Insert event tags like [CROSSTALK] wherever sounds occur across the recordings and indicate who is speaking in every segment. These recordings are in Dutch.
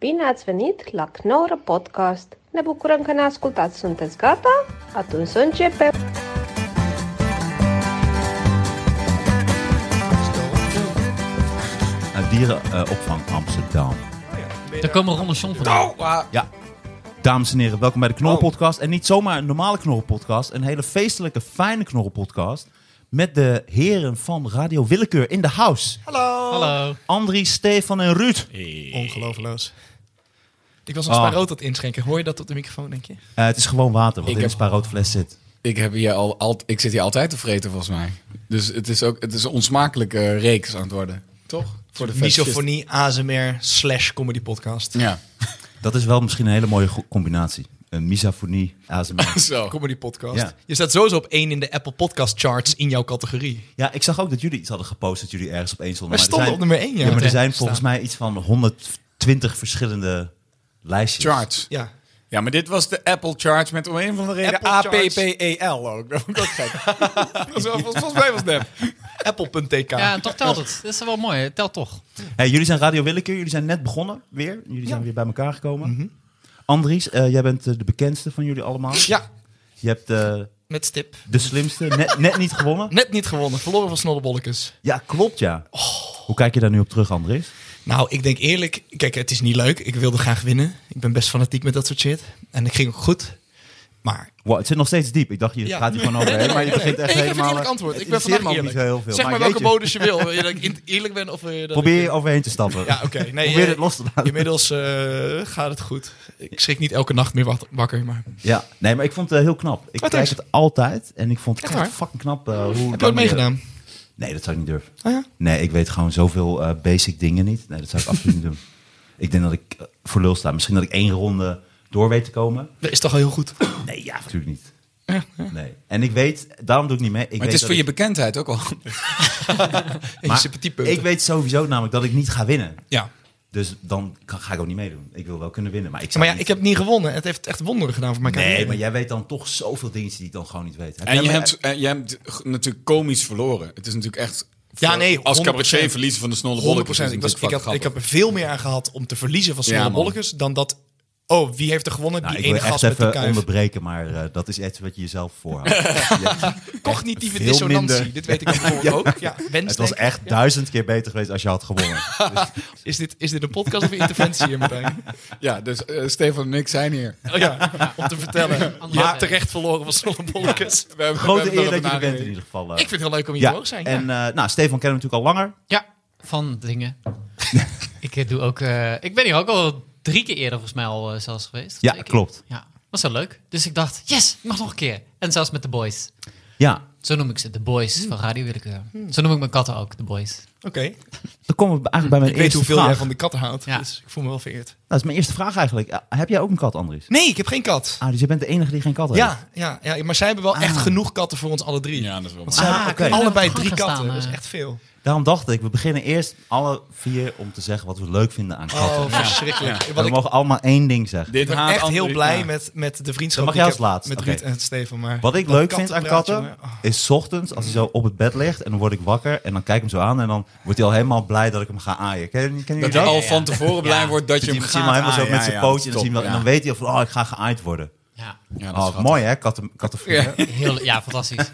Speaker 1: Bine ați venit la Knorr Podcast! Ne bucurăm că ne ascultați! Sunteți gata? Atunci să începem!
Speaker 2: Naar dierenopvang eh, Amsterdam.
Speaker 3: Daar komen Ronderson vandaan.
Speaker 2: Ja. Dames en heren, welkom bij de Knorrelpodcast. En niet zomaar een normale Knorrelpodcast. Een hele feestelijke, fijne Knorrelpodcast. Met de heren van Radio Willekeur in de house.
Speaker 3: Hallo.
Speaker 2: Andrie, Stefan en Ruud.
Speaker 4: Ongeloofloos. Ik was een
Speaker 2: Ah.
Speaker 4: oh. spaarrood dat inschenken. Hoor je dat op de microfoon, denk je?
Speaker 2: Eh, het is gewoon water wat
Speaker 5: Ik
Speaker 2: in een
Speaker 5: heb-
Speaker 2: spaarroodfles zit.
Speaker 5: Ik, heb hier al, al, ik zit hier altijd te vreten, volgens mij. Dus het is ook het is een onsmakelijke reeks aan het worden. Toch? Voor de fetishist.
Speaker 4: Misofonie, ASMR, slash comedy podcast.
Speaker 5: Ja,
Speaker 2: Dat is wel misschien een hele mooie go- combinatie. Eh, Een misafonie,
Speaker 5: [LAUGHS]
Speaker 2: ASMR.
Speaker 5: [LAUGHS] zo.
Speaker 4: Comedy podcast.
Speaker 2: Ja.
Speaker 4: Je staat sowieso op één in de Apple podcast charts in jouw categorie.
Speaker 2: ja, ik zag ook dat jullie iets hadden gepost dat jullie ergens op één stonden.
Speaker 4: Wij
Speaker 2: Maar er
Speaker 4: stonden op
Speaker 2: zijn-
Speaker 4: nummer één, ja.
Speaker 2: Ja, maar er
Speaker 3: Meteen
Speaker 2: zijn volgens mij iets van 120 verschillende lijstjes.
Speaker 5: Charts. Ja.
Speaker 4: Ja.
Speaker 5: maar dit was de Apple Charts met om een van de redenen
Speaker 4: Apple charts.
Speaker 5: APPEL ook. Dat vond ik ook gek.
Speaker 4: [LAUGHS]
Speaker 5: Dat was wel- volgens mij was het nep.
Speaker 4: Apple.tk.
Speaker 3: Ja, toch telt het. Dat is wel mooi. Het telt toch.
Speaker 2: Hey, Eh, jullie zijn Radio Willekeur, jullie zijn net begonnen weer. Jullie zijn weer bij elkaar gekomen.
Speaker 4: Mhm.
Speaker 2: Andries, eh, jij bent eh, de bekendste van jullie allemaal.
Speaker 4: Ja,
Speaker 2: Je hebt eh,
Speaker 4: met stip.
Speaker 2: de slimste, net, net niet gewonnen.
Speaker 4: Net niet gewonnen. Verloren van Snollebollekes.
Speaker 2: Ja, klopt ja.
Speaker 4: Oh.
Speaker 2: Hoe kijk je daar nu op terug, Andries?
Speaker 4: Nou, ik denk eerlijk. Kijk, het is niet leuk. Ik wilde graag winnen. Ik ben best fanatiek met dat soort shit. En ik ging ook goed. Maar
Speaker 2: Wow, het zit nog steeds diep. Ik dacht, je
Speaker 4: Ja.
Speaker 2: gaat hier gewoon overheen, maar je begint echt
Speaker 4: Nee, [LAUGHS] ik geef een
Speaker 2: helemaal... eh,
Speaker 4: eerlijk antwoord.
Speaker 2: Het
Speaker 4: Ik ben vandaag
Speaker 2: interesseert me ook
Speaker 4: eerlijk.
Speaker 2: niet zo heel veel.
Speaker 4: zeg maar,
Speaker 2: jeetje,
Speaker 4: welke modus je wil. Wil je Dat ik in- eerlijk ben of wil je dat ik-
Speaker 2: Probeer je overheen te stappen.
Speaker 4: Ja, oké. Nee,
Speaker 2: [LAUGHS] Probeer
Speaker 4: eh,
Speaker 2: het los te laten.
Speaker 4: Inmiddels eh, gaat het goed. Ik schrik niet elke nacht meer wat- wakker, maar...
Speaker 2: Ja, nee, maar ik vond het eh, heel knap. Ik
Speaker 4: Oh,
Speaker 2: kijk
Speaker 4: thanks.
Speaker 2: het altijd en ik vond het
Speaker 4: Echt
Speaker 2: echt
Speaker 4: waar?
Speaker 2: fucking knap eh, hoe...
Speaker 4: Heb je
Speaker 2: dan
Speaker 4: ook meegedaan?
Speaker 2: Nee, dat zou ik niet durven.
Speaker 4: Oh ja?
Speaker 2: Nee, ik weet gewoon zoveel eh, basic dingen niet. Nee, dat zou ik absoluut niet doen. Ik denk dat ik eh, voor lul sta. Misschien dat ik één ronde door weet te komen.
Speaker 4: Dat is toch al heel goed.
Speaker 2: Nee, ja, natuurlijk niet. Nee. En ik weet, daarom doe ik niet mee. Ik
Speaker 5: Maar
Speaker 2: weet
Speaker 5: het is
Speaker 2: dat
Speaker 5: voor je
Speaker 2: ik,
Speaker 5: bekendheid ook al.
Speaker 4: je sympathiepunten.
Speaker 2: Ik weet sowieso namelijk dat ik niet ga winnen.
Speaker 4: Ja.
Speaker 2: Dus dan kan- ga ik ook niet meedoen. Ik wil wel kunnen winnen. Maar ik,
Speaker 4: Maar
Speaker 2: zou
Speaker 4: ja,
Speaker 2: niet-
Speaker 4: ik heb niet gewonnen. Het heeft echt wonderen gedaan voor mijn
Speaker 2: Nee,
Speaker 4: carrière.
Speaker 2: maar jij weet dan toch zoveel dingen die ik dan gewoon niet weet. Heb
Speaker 5: [LAUGHS] En
Speaker 2: jij
Speaker 5: je
Speaker 2: maar-
Speaker 5: hebt, en je hebt g- natuurlijk komisch verloren. Het is natuurlijk echt...
Speaker 4: Ja,
Speaker 5: voor-
Speaker 4: nee,
Speaker 5: Als
Speaker 4: 100%.
Speaker 5: cabaretier verliezen van de snolle
Speaker 4: 100
Speaker 5: bollekes is
Speaker 4: Ik, was, ik,
Speaker 5: natuurlijk
Speaker 4: heb, ik
Speaker 5: fucking
Speaker 4: heb er veel meer aan gehad om te verliezen van
Speaker 5: Ja,
Speaker 4: Snolle
Speaker 5: man.
Speaker 4: Bollekes dan dat... Oh, wie heeft er gewonnen?
Speaker 2: Nou,
Speaker 4: die
Speaker 2: ik wil
Speaker 4: ene
Speaker 2: echt
Speaker 4: gast met de
Speaker 2: even
Speaker 4: kuif.
Speaker 2: onderbreken, maar eh, dat is iets wat je jezelf voorhoudt.
Speaker 4: [LAUGHS] Cognitieve
Speaker 2: veel
Speaker 4: dissonantie.
Speaker 2: minder.
Speaker 4: Dit
Speaker 2: [LAUGHS]
Speaker 4: weet ik bijvoorbeeld ook. Ja, wens,
Speaker 2: Het was
Speaker 4: denk ik.
Speaker 2: echt duizend keer beter geweest als je had
Speaker 4: [LAUGHS]
Speaker 2: gewonnen.
Speaker 4: Is, dit, is dit een podcast of een interventie hier, Martijn?
Speaker 5: knap. Ja, dus eh, Stefan en ik zijn hier.
Speaker 4: Oh ja, om te vertellen. Je
Speaker 3: Anders-
Speaker 4: hebt terecht verloren van Snolle Bollekes.
Speaker 5: We hebben- we
Speaker 2: Grote
Speaker 5: hebben
Speaker 2: eer dat je er
Speaker 5: daarover
Speaker 2: bent in
Speaker 5: nagedacht.
Speaker 2: ieder geval. eh.
Speaker 4: Ik vind het heel leuk om hier te
Speaker 2: ja.
Speaker 4: hoog zijn.
Speaker 2: En
Speaker 4: ja.
Speaker 2: eh, nou, Stefan kennen we natuurlijk al langer.
Speaker 3: Ja, van dingen.
Speaker 5: [LAUGHS]
Speaker 3: ik doe ook... eh, ik ben hier ook al drie keer eerder volgens mij al eh, zelfs geweest.
Speaker 2: Ja,
Speaker 3: Twee keer.
Speaker 2: klopt.
Speaker 3: Ja, was wel leuk. Dus ik dacht, yes, ik mag nog een keer. En zelfs met de boys.
Speaker 2: Ja,
Speaker 3: Zo noem ik ze, de boys van Radio Willekeur. Zo noem ik mijn katten ook, de boys.
Speaker 4: Oké.
Speaker 2: dan komen we eigenlijk bij mijn
Speaker 4: Ik weet
Speaker 2: eerste
Speaker 4: hoeveel
Speaker 2: vraag.
Speaker 4: jij van de katten houdt,
Speaker 3: Ja.
Speaker 4: dus ik voel me wel vereerd.
Speaker 2: Dat is mijn eerste vraag eigenlijk. Eh, heb jij ook een kat, Andries?
Speaker 4: Nee, ik heb geen kat.
Speaker 2: Ah, dus je bent de enige die geen kat heeft?
Speaker 4: Ja, ja, ja, maar zij hebben wel echt genoeg katten voor ons alle drie.
Speaker 5: Ja, dat is wel
Speaker 4: Want
Speaker 5: mooi.
Speaker 4: zij
Speaker 2: Ah,
Speaker 4: hebben
Speaker 2: oké.
Speaker 4: ook allebei
Speaker 3: Gaan
Speaker 4: drie
Speaker 3: gaan
Speaker 4: katten,
Speaker 3: staan,
Speaker 4: dat is
Speaker 3: eh.
Speaker 4: echt veel.
Speaker 2: Daarom dacht ik, we beginnen eerst alle vier om te zeggen wat we leuk vinden aan katten.
Speaker 4: Oh, verschrikkelijk.
Speaker 2: we
Speaker 4: Want ik
Speaker 2: mogen allemaal één ding zeggen.
Speaker 5: Dit
Speaker 4: ben
Speaker 5: haat
Speaker 4: echt heel
Speaker 5: André-
Speaker 4: blij
Speaker 5: ja.
Speaker 4: met, met de vriendschap
Speaker 2: Dan mag
Speaker 4: die
Speaker 2: jij als
Speaker 4: ik heb
Speaker 2: laatst.
Speaker 4: met
Speaker 2: Oké.
Speaker 4: Ruud en Steven. Maar
Speaker 2: Wat ik
Speaker 4: dat
Speaker 2: leuk vind aan
Speaker 4: kattenpraatje,
Speaker 2: katten,
Speaker 4: jongen. Oh,
Speaker 2: is 's ochtends als hij zo op het bed ligt en dan word ik wakker en dan kijk ik hem zo aan en dan wordt hij al helemaal blij dat ik hem ga aaien. Ken, kennen jullie
Speaker 5: Dat
Speaker 2: dat?
Speaker 5: hij al van tevoren blij
Speaker 3: Ja.
Speaker 5: wordt dat je
Speaker 2: Dat
Speaker 5: hem
Speaker 2: hij
Speaker 5: gaat
Speaker 2: hem helemaal zo
Speaker 5: aaien.
Speaker 2: met
Speaker 5: Ja,
Speaker 2: zijn
Speaker 5: ja,
Speaker 2: pootje en dan,
Speaker 5: top,
Speaker 2: zien we- en
Speaker 5: ja.
Speaker 2: dan weet hij van, oh, ik ga geaaid worden.
Speaker 3: Ja,
Speaker 5: Ja, dat is
Speaker 2: Oh,
Speaker 5: grappig.
Speaker 2: mooi hè, katten, kattenvrienden.
Speaker 3: heel, ja fantastisch.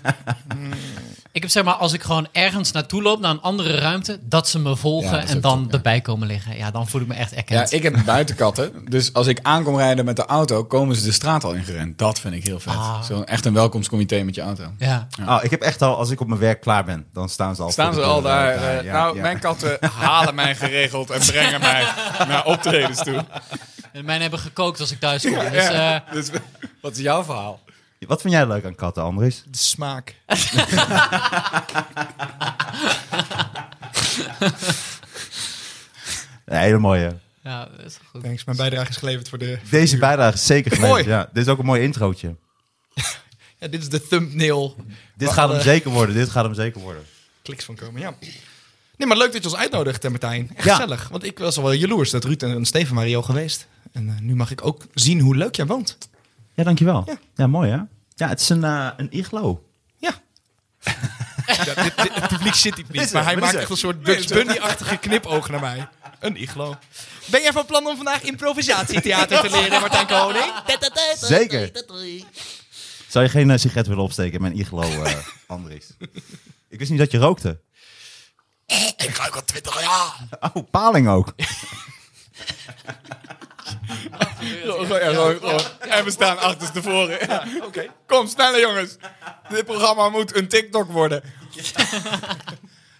Speaker 3: ik heb zeg maar, als ik gewoon ergens naartoe loop, naar een andere ruimte, dat ze me
Speaker 5: Ja,
Speaker 3: volgen
Speaker 5: dat is
Speaker 3: en
Speaker 5: ook
Speaker 3: dan
Speaker 5: zo, ja.
Speaker 3: erbij komen liggen. Ja, dan voel ik me echt erkend.
Speaker 5: Ja, ik heb [LAUGHS] buitenkatten. Dus als ik aankom rijden met de auto, komen ze de straat al ingerend. Dat vind ik heel vet.
Speaker 3: Ah.
Speaker 5: Zo echt een welkomstcomité met je auto.
Speaker 3: ja.
Speaker 2: Oh, ik heb echt al, als ik op mijn werk klaar ben, dan staan ze al.
Speaker 5: Staan
Speaker 2: voor
Speaker 5: ze
Speaker 2: de
Speaker 5: al
Speaker 2: deur,
Speaker 5: daar?
Speaker 2: eh,
Speaker 5: eh,
Speaker 2: ja,
Speaker 5: nou,
Speaker 2: ja.
Speaker 5: mijn katten halen mij geregeld en brengen mij naar optredens toe.
Speaker 3: En mijn hebben gekookt als ik thuis kom. dus, eh,
Speaker 5: Dus, wat is jouw verhaal?
Speaker 2: Wat vind jij leuk aan katten, Andries?
Speaker 4: de smaak.
Speaker 2: Een hele mooie.
Speaker 3: ja, dat is goed.
Speaker 4: Thanks, mijn bijdrage is geleverd voor de...
Speaker 2: Deze bijdrage is zeker geleverd.
Speaker 4: Mooi.
Speaker 2: Ja, dit is ook een mooi introotje.
Speaker 4: Ja, dit is de thumbnail.
Speaker 2: Dit
Speaker 4: waar
Speaker 2: gaat hem
Speaker 4: alle
Speaker 2: zeker worden. Dit gaat hem zeker worden.
Speaker 4: Kliks van komen, ja. Nee, maar leuk dat je ons uitnodigt, hè, Martijn. Echt
Speaker 2: Ja.
Speaker 4: gezellig. Want ik was al wel jaloers dat Ruud en en Steven waren hier al geweest. En eh, nu mag ik ook zien hoe leuk jij woont.
Speaker 2: Ja, dankjewel. Ja,
Speaker 4: Ja.
Speaker 2: ja mooi hè? Ja, het is een, eh, een iglo.
Speaker 4: Ja. Ja, dit- dit- het publiek zit dit niet,
Speaker 2: Is er?
Speaker 4: maar hij
Speaker 2: Wat is
Speaker 4: maakt
Speaker 2: er?
Speaker 4: echt een soort Bugs Bunny-achtige knipoog naar mij. Een iglo. Ben jij van plan om vandaag improvisatietheater te leren, Martijn Koning?
Speaker 2: Zeker. Zou je geen eh, sigaret willen opsteken, mijn iglo, eh, Andries? Ik wist niet dat je rookte.
Speaker 4: Ik ruik al twintig jaar.
Speaker 2: Oh, paling ook.
Speaker 5: Ja, gewoon- gewoon- En we staan achterstevoren. Oké. Kom, sneller jongens. Dit programma moet een TikTok worden.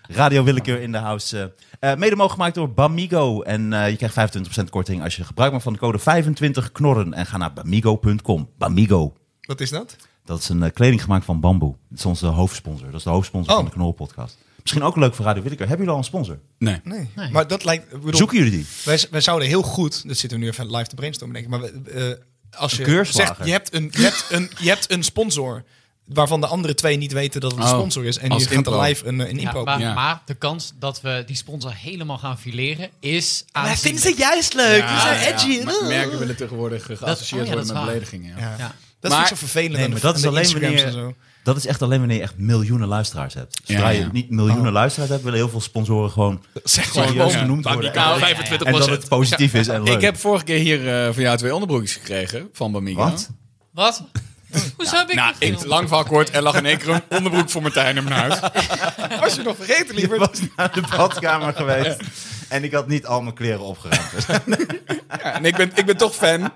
Speaker 2: Radio Willekeur in de house. eh, eh, mede mogelijk gemaakt door Bamigo. En eh, je krijgt 25% korting als je gebruik maakt van de code 25knorren. En ga naar bamigo.com. Bamigo.
Speaker 4: Wat is dat?
Speaker 2: Dat is een eh, kleding gemaakt van bamboe. Dat is onze hoofdsponsor. Dat is de hoofdsponsor
Speaker 4: Oh.
Speaker 2: van de Knorrelpodcast. Misschien ook leuk voor Radio Willekeur. Hebben jullie al een sponsor?
Speaker 5: Nee.
Speaker 4: Nee.
Speaker 3: Nee.
Speaker 4: Maar dat lijkt... ik Bedoel,
Speaker 2: Zoeken jullie die?
Speaker 4: wij, wij zouden heel goed... Dat zitten we nu even live te brainstormen, denk ik. Maar we, eh, als
Speaker 2: Een
Speaker 4: je
Speaker 2: keurslager.
Speaker 4: zegt, je hebt een, je, hebt een, je hebt een sponsor... waarvan de andere twee niet weten dat het een
Speaker 5: Oh,
Speaker 4: sponsor is... en
Speaker 5: als
Speaker 4: je gaat er
Speaker 5: impro.
Speaker 4: live een, eh, een
Speaker 3: Ja,
Speaker 4: impro
Speaker 3: maar,
Speaker 5: Ja.
Speaker 3: maar de kans dat we die sponsor helemaal gaan fileren is aanzienlijk.
Speaker 4: juist leuk.
Speaker 5: Ja, ja, maar Merken willen tegenwoordig geassocieerd
Speaker 3: oh ja, dat
Speaker 5: worden
Speaker 3: is
Speaker 5: met
Speaker 3: waar.
Speaker 5: beledigingen. Ja.
Speaker 4: Ja.
Speaker 3: Ja.
Speaker 4: Dat
Speaker 5: Maar-
Speaker 4: is vind ik zo vervelend.
Speaker 2: Nee,
Speaker 4: aan
Speaker 2: maar
Speaker 4: de-
Speaker 2: dat is
Speaker 4: aan de
Speaker 2: alleen
Speaker 4: Instagrams en
Speaker 2: wanneer,
Speaker 4: zo.
Speaker 2: dat is echt alleen wanneer je echt miljoenen luisteraars hebt. Zodra
Speaker 5: Ja, ja.
Speaker 2: je niet miljoenen luisteraars hebt, willen heel veel sponsoren gewoon
Speaker 4: Zeg
Speaker 2: serieus
Speaker 4: gewoon.
Speaker 5: ja.
Speaker 2: genoemd worden. En,
Speaker 3: ja, ja.
Speaker 4: 25%.
Speaker 2: en dat het positief is en leuk.
Speaker 5: Ik heb vorige keer hier eh, van jou twee onderbroekjes gekregen van Bamigo.
Speaker 2: Wat?
Speaker 3: Wat? Hoezo heb ik
Speaker 5: Nou,
Speaker 3: dat
Speaker 5: ik,
Speaker 3: gedaan?
Speaker 5: lang van kort, er lag in één keer een onderbroek voor Martijn in mijn huis.
Speaker 4: [LAUGHS] Was je nog vergeten,
Speaker 2: Ik
Speaker 4: liever?
Speaker 2: was naar de badkamer
Speaker 5: [LAUGHS]
Speaker 2: geweest en ik had niet al mijn kleren opgeruimd. Dus
Speaker 5: Ja, en ik ben, ik ben toch fan.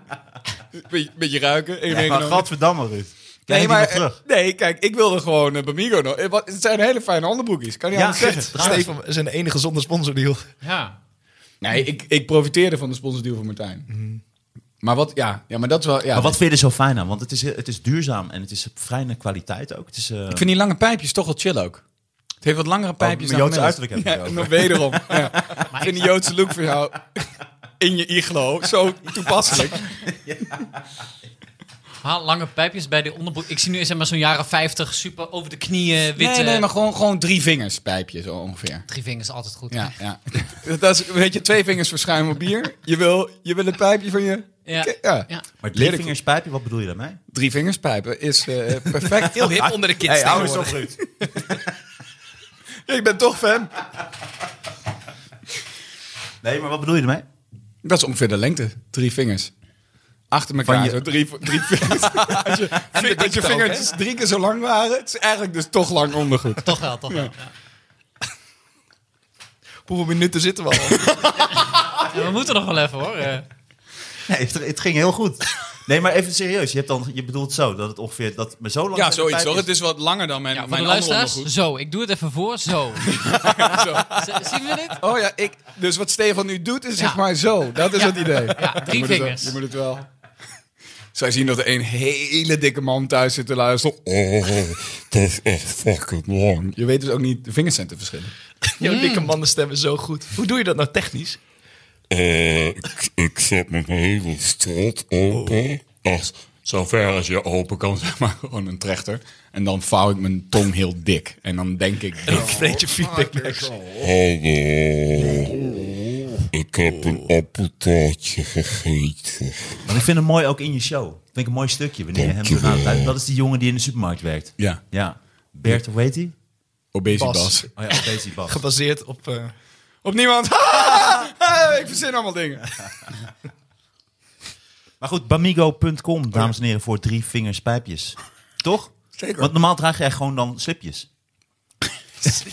Speaker 5: Beetje, beetje ruiken. één
Speaker 2: Ja, maar
Speaker 5: meegenomen.
Speaker 2: gadverdamme, Ruud. Krijg
Speaker 5: Nee,
Speaker 2: je die
Speaker 5: maar
Speaker 2: nog terug?
Speaker 5: eh, nee, kijk, ik wilde gewoon eh, Bamigo nog. eh, wat- Het zijn hele fijne onderbroekjes, kan je
Speaker 2: Ja, [LAUGHS]
Speaker 5: anders zeggen.
Speaker 2: echt.
Speaker 4: Steven is een enige zonder sponsordeal.
Speaker 3: Ja.
Speaker 5: Nee, ik, ik profiteerde van de sponsordeal van Martijn. Maar wat, ja, ja, maar dat is wel, ja.
Speaker 2: Mhm. Maar wat vind je er zo fijn aan? Want het is, het is duurzaam en het is fijne kwaliteit ook. Het is, eh,
Speaker 5: Ik vind die lange pijpjes toch wel chill ook. Het heeft wat langere pijpjes
Speaker 2: mijn
Speaker 5: dan
Speaker 2: Oh, Joodse uiterlijk
Speaker 5: gemiddeld.
Speaker 2: heb ik
Speaker 5: Ja,
Speaker 2: het
Speaker 5: nog wederom. ja.
Speaker 2: [LAUGHS]
Speaker 5: Ik vind die Joodse look voor jou in je iglo zo toepasselijk.
Speaker 3: Haal lange pijpjes bij de onderbroek. Ik zie nu zeg maar zo'n jaren 50 super over de knieën, witte...
Speaker 5: Nee, nee, maar gewoon, gewoon drie vingers pijpje zo ongeveer.
Speaker 3: Drie vingers altijd goed.
Speaker 5: Ja, ja. [LAUGHS] dat is, weet je, twee vingers voor schuim op bier. Je wil, je wil een pijpje van je...
Speaker 3: Ja.
Speaker 5: ja.
Speaker 3: Ja.
Speaker 2: maar
Speaker 5: Leer ik-
Speaker 2: drievingerspijpje, wat bedoel je daarmee?
Speaker 5: Drie vingers pijpen is eh,
Speaker 3: [LAUGHS]
Speaker 5: perfect.
Speaker 4: Heel hip onder de kids. tegenwoordig.
Speaker 2: Ruud.
Speaker 5: ik ben toch fan.
Speaker 2: Nee, maar wat bedoel je ermee?
Speaker 5: Dat is ongeveer de lengte. Drie vingers. Achter elkaar.
Speaker 2: Van je-
Speaker 5: zo drie, drie [LAUGHS] vingers. als je, ving- dat je
Speaker 4: ook,
Speaker 5: vingers drie keer zo lang waren. Het is eigenlijk dus toch lang ondergoed.
Speaker 3: Toch wel, toch wel. ja.
Speaker 4: Op Hoeveel minuten zitten we al?
Speaker 3: Ja, we moeten nog wel even hoor. eh.
Speaker 2: Nee, het, het ging heel goed. Nee, maar even serieus. Je, hebt dan, je bedoelt zo, dat het ongeveer... Dat, maar zo lang zijn
Speaker 5: Ja,
Speaker 2: de
Speaker 5: zoiets hoor.
Speaker 2: pijpjes-
Speaker 5: Het is wat langer dan mijn,
Speaker 3: Ja, voor
Speaker 5: mijn
Speaker 3: de
Speaker 5: andere
Speaker 3: luisteraars,
Speaker 5: ondergoed.
Speaker 3: zo. Ik doe het even voor,
Speaker 5: [LAUGHS]
Speaker 3: zo. Z- Zien we dit?
Speaker 5: Oh ja, ik, dus wat Stefan nu doet is zeg
Speaker 3: Ja.
Speaker 5: maar zo. Dat is het idee.
Speaker 3: Ja,
Speaker 5: Je
Speaker 3: drie
Speaker 5: moet het wel-
Speaker 3: vingers.
Speaker 5: je moet het wel. Zij zien dat er een hele dikke man thuis zit te luisteren.
Speaker 6: Oh, het is echt fucking lang.
Speaker 5: Je weet dus ook niet, de vingers zijn te verschillen.
Speaker 4: Jouw dikke mannen stemmen zo goed. Hoe doe je dat nou technisch?
Speaker 6: Eh, ik, ik zet mijn hele strot open. Als,
Speaker 5: Zover als je open kan, zeg maar, gewoon een trechter. En dan vouw ik mijn tong heel dik. En dan denk ik...
Speaker 4: Dan vreet je feedback niks.
Speaker 6: hallo. Ik heb een appeltaartje gegeten.
Speaker 2: Maar ik vind hem mooi ook in je show. Ik vind ik een mooi stukje wanneer je hem
Speaker 6: Dankjewel.
Speaker 2: benadert. Dat is die jongen die in de supermarkt werkt.
Speaker 5: Ja,
Speaker 2: Ja. Bert, hoe heet hij?
Speaker 5: obesitas.
Speaker 4: Bas.
Speaker 2: Oh ja, Daisy Bas. [LAUGHS]
Speaker 4: Gebaseerd op... eh,
Speaker 5: Op
Speaker 4: [LAUGHS]
Speaker 5: niemand. ik verzin allemaal dingen.
Speaker 2: Maar goed, bamigo.com, dames en heren, voor drie vingers pijpjes. Toch?
Speaker 5: Zeker.
Speaker 2: Want normaal draag je echt gewoon dan slipjes.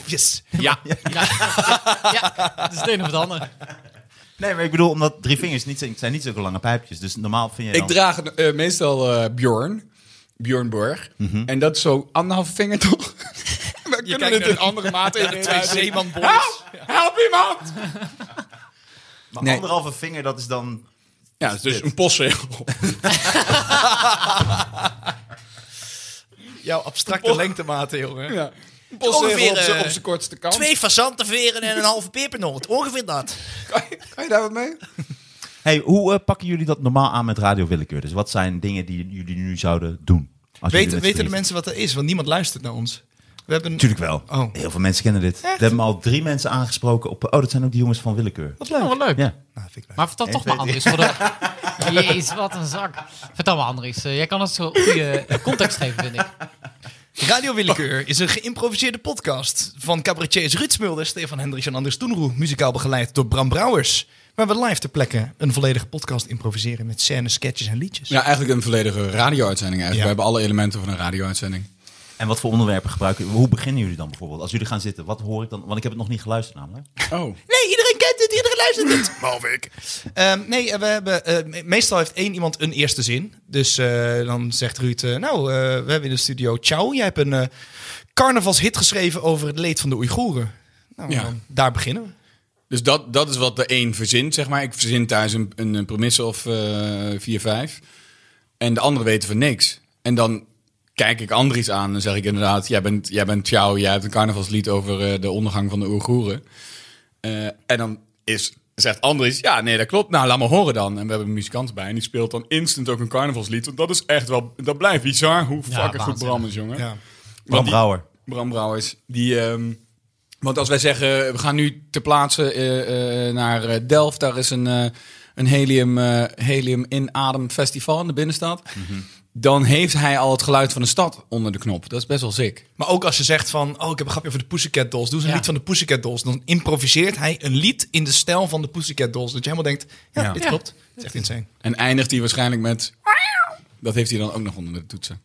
Speaker 4: Yes.
Speaker 5: [LAUGHS] Ja.
Speaker 3: Ja, ja. het is het een of het ander.
Speaker 2: Nee, maar ik bedoel, omdat drie vingers niet, zijn- zijn niet zulke lange pijpjes. Dus normaal vind je
Speaker 5: Ik
Speaker 2: dan...
Speaker 5: draag eh, meestal eh Bjorn. Bjorn Borg. En dat is zo anderhalve vinger toch? [LAUGHS] We kunnen
Speaker 4: kijkt
Speaker 5: dit
Speaker 4: naar
Speaker 5: in andere mate in
Speaker 4: Twee zeeman
Speaker 5: Help! Help iemand!
Speaker 2: maar
Speaker 5: nee.
Speaker 2: anderhalve vinger, dat is dan...
Speaker 5: Ja, dus een postzegel.
Speaker 4: Jouw abstracte lengtematen, jongen.
Speaker 5: Ja. Een postzegel
Speaker 4: [LAUGHS]
Speaker 5: op
Speaker 4: Ongeveer,
Speaker 5: z'n-
Speaker 4: eh,
Speaker 5: op zijn kortste kant.
Speaker 4: fazantenveren en een halve pepernoot. Ongeveer dat.
Speaker 5: Kan je, kan je daar wat mee?
Speaker 2: hey, hoe eh, pakken jullie dat normaal aan met Radio Willekeur? Dus wat zijn dingen die jullie nu zouden doen? Als jullie met
Speaker 4: Weten, weten de
Speaker 2: z'n drieën-
Speaker 4: mensen wat er is? Want niemand luistert naar ons. We hebben...
Speaker 2: Tuurlijk wel.
Speaker 4: Oh.
Speaker 2: Heel veel mensen kennen dit. We hebben al drie mensen aangesproken op... Oh, dat zijn ook die jongens van Willekeur.
Speaker 4: Wat leuk.
Speaker 3: Oh, wat leuk.
Speaker 2: Ja.
Speaker 4: Nou, vind ik leuk.
Speaker 3: Maar vertel toch maar Andries. Voor de... Jeez, wat een zak. Vertel maar Andries. eh, jij kan het zo goede eh, context geven, vind ik.
Speaker 4: Radio Willekeur is een geïmproviseerde podcast van cabaretiers Ruud Smulder, Stefan Hendricks en Anders Toenroe, muzikaal begeleid door Bram Brouwers. Waar we live ter plekke een volledige podcast improviseren met scènes, sketches en liedjes.
Speaker 5: Ja, eigenlijk een volledige radio-uitzending. Eigenlijk.
Speaker 4: Ja.
Speaker 5: We hebben alle elementen van een radio-uitzending.
Speaker 2: En wat voor onderwerpen gebruiken Hoe beginnen jullie dan bijvoorbeeld? Als jullie gaan zitten, wat hoor ik dan? Want ik heb het nog niet geluisterd namelijk.
Speaker 5: Oh.
Speaker 4: Nee, iedereen kent het, iedereen luistert het. Behalve ik. Ehm, nee, eh, we hebben, eh, me- meestal heeft één iemand een eerste zin. Dus eh, dan zegt Ruud, eh, nou, eh, we hebben in de studio Ciao. Jij hebt een eh, carnavalshit geschreven over het leed van de Oeigoeren. Nou,
Speaker 5: Ja.
Speaker 4: dan, daar beginnen we.
Speaker 5: Dus dat, dat is wat de een verzint, zeg maar. Ik verzin thuis een, een, een premisse of eh, vier, vijf. En de anderen weten van niks. En dan kijk ik Andries aan en zeg ik inderdaad... Jij bent, jij bent Tjauw, jij hebt een carnavalslied over eh, de ondergang van de Oeigoeren. Eh, en dan is, zegt Andries, ja, nee, dat klopt. Nou, laat maar horen dan. En we hebben een muzikant bij en die speelt dan instant ook een carnavalslied. Want dat is echt wel... Dat blijft bizar hoe
Speaker 3: Ja,
Speaker 5: fucking goed
Speaker 3: waanzinnig.
Speaker 5: Bram is, jongen.
Speaker 4: Ja.
Speaker 2: Bram
Speaker 5: Want die-
Speaker 2: Brouwer.
Speaker 5: Bram Brouwers. Die, ehm, want als wij zeggen, we gaan nu ter plaatse eh, eh, naar eh, Delft. Daar is een, eh, een helium, eh, helium in Adem festival in de binnenstad. Dan heeft hij al het geluid van de stad onder de knop. Dat is best wel sick.
Speaker 4: Maar ook als je zegt van, oh, ik heb een grapje over de Pussycat Dolls. Doe eens een
Speaker 3: Ja.
Speaker 4: lied van de Pussycat Dolls. Dan improviseert hij een lied in de stijl van de Pussycat Dolls. Dat je helemaal denkt, ja,
Speaker 2: Ja.
Speaker 4: dit
Speaker 3: Ja.
Speaker 4: klopt. Het is echt insane.
Speaker 5: En eindigt hij waarschijnlijk met... Dat heeft hij dan ook nog onder de toetsen.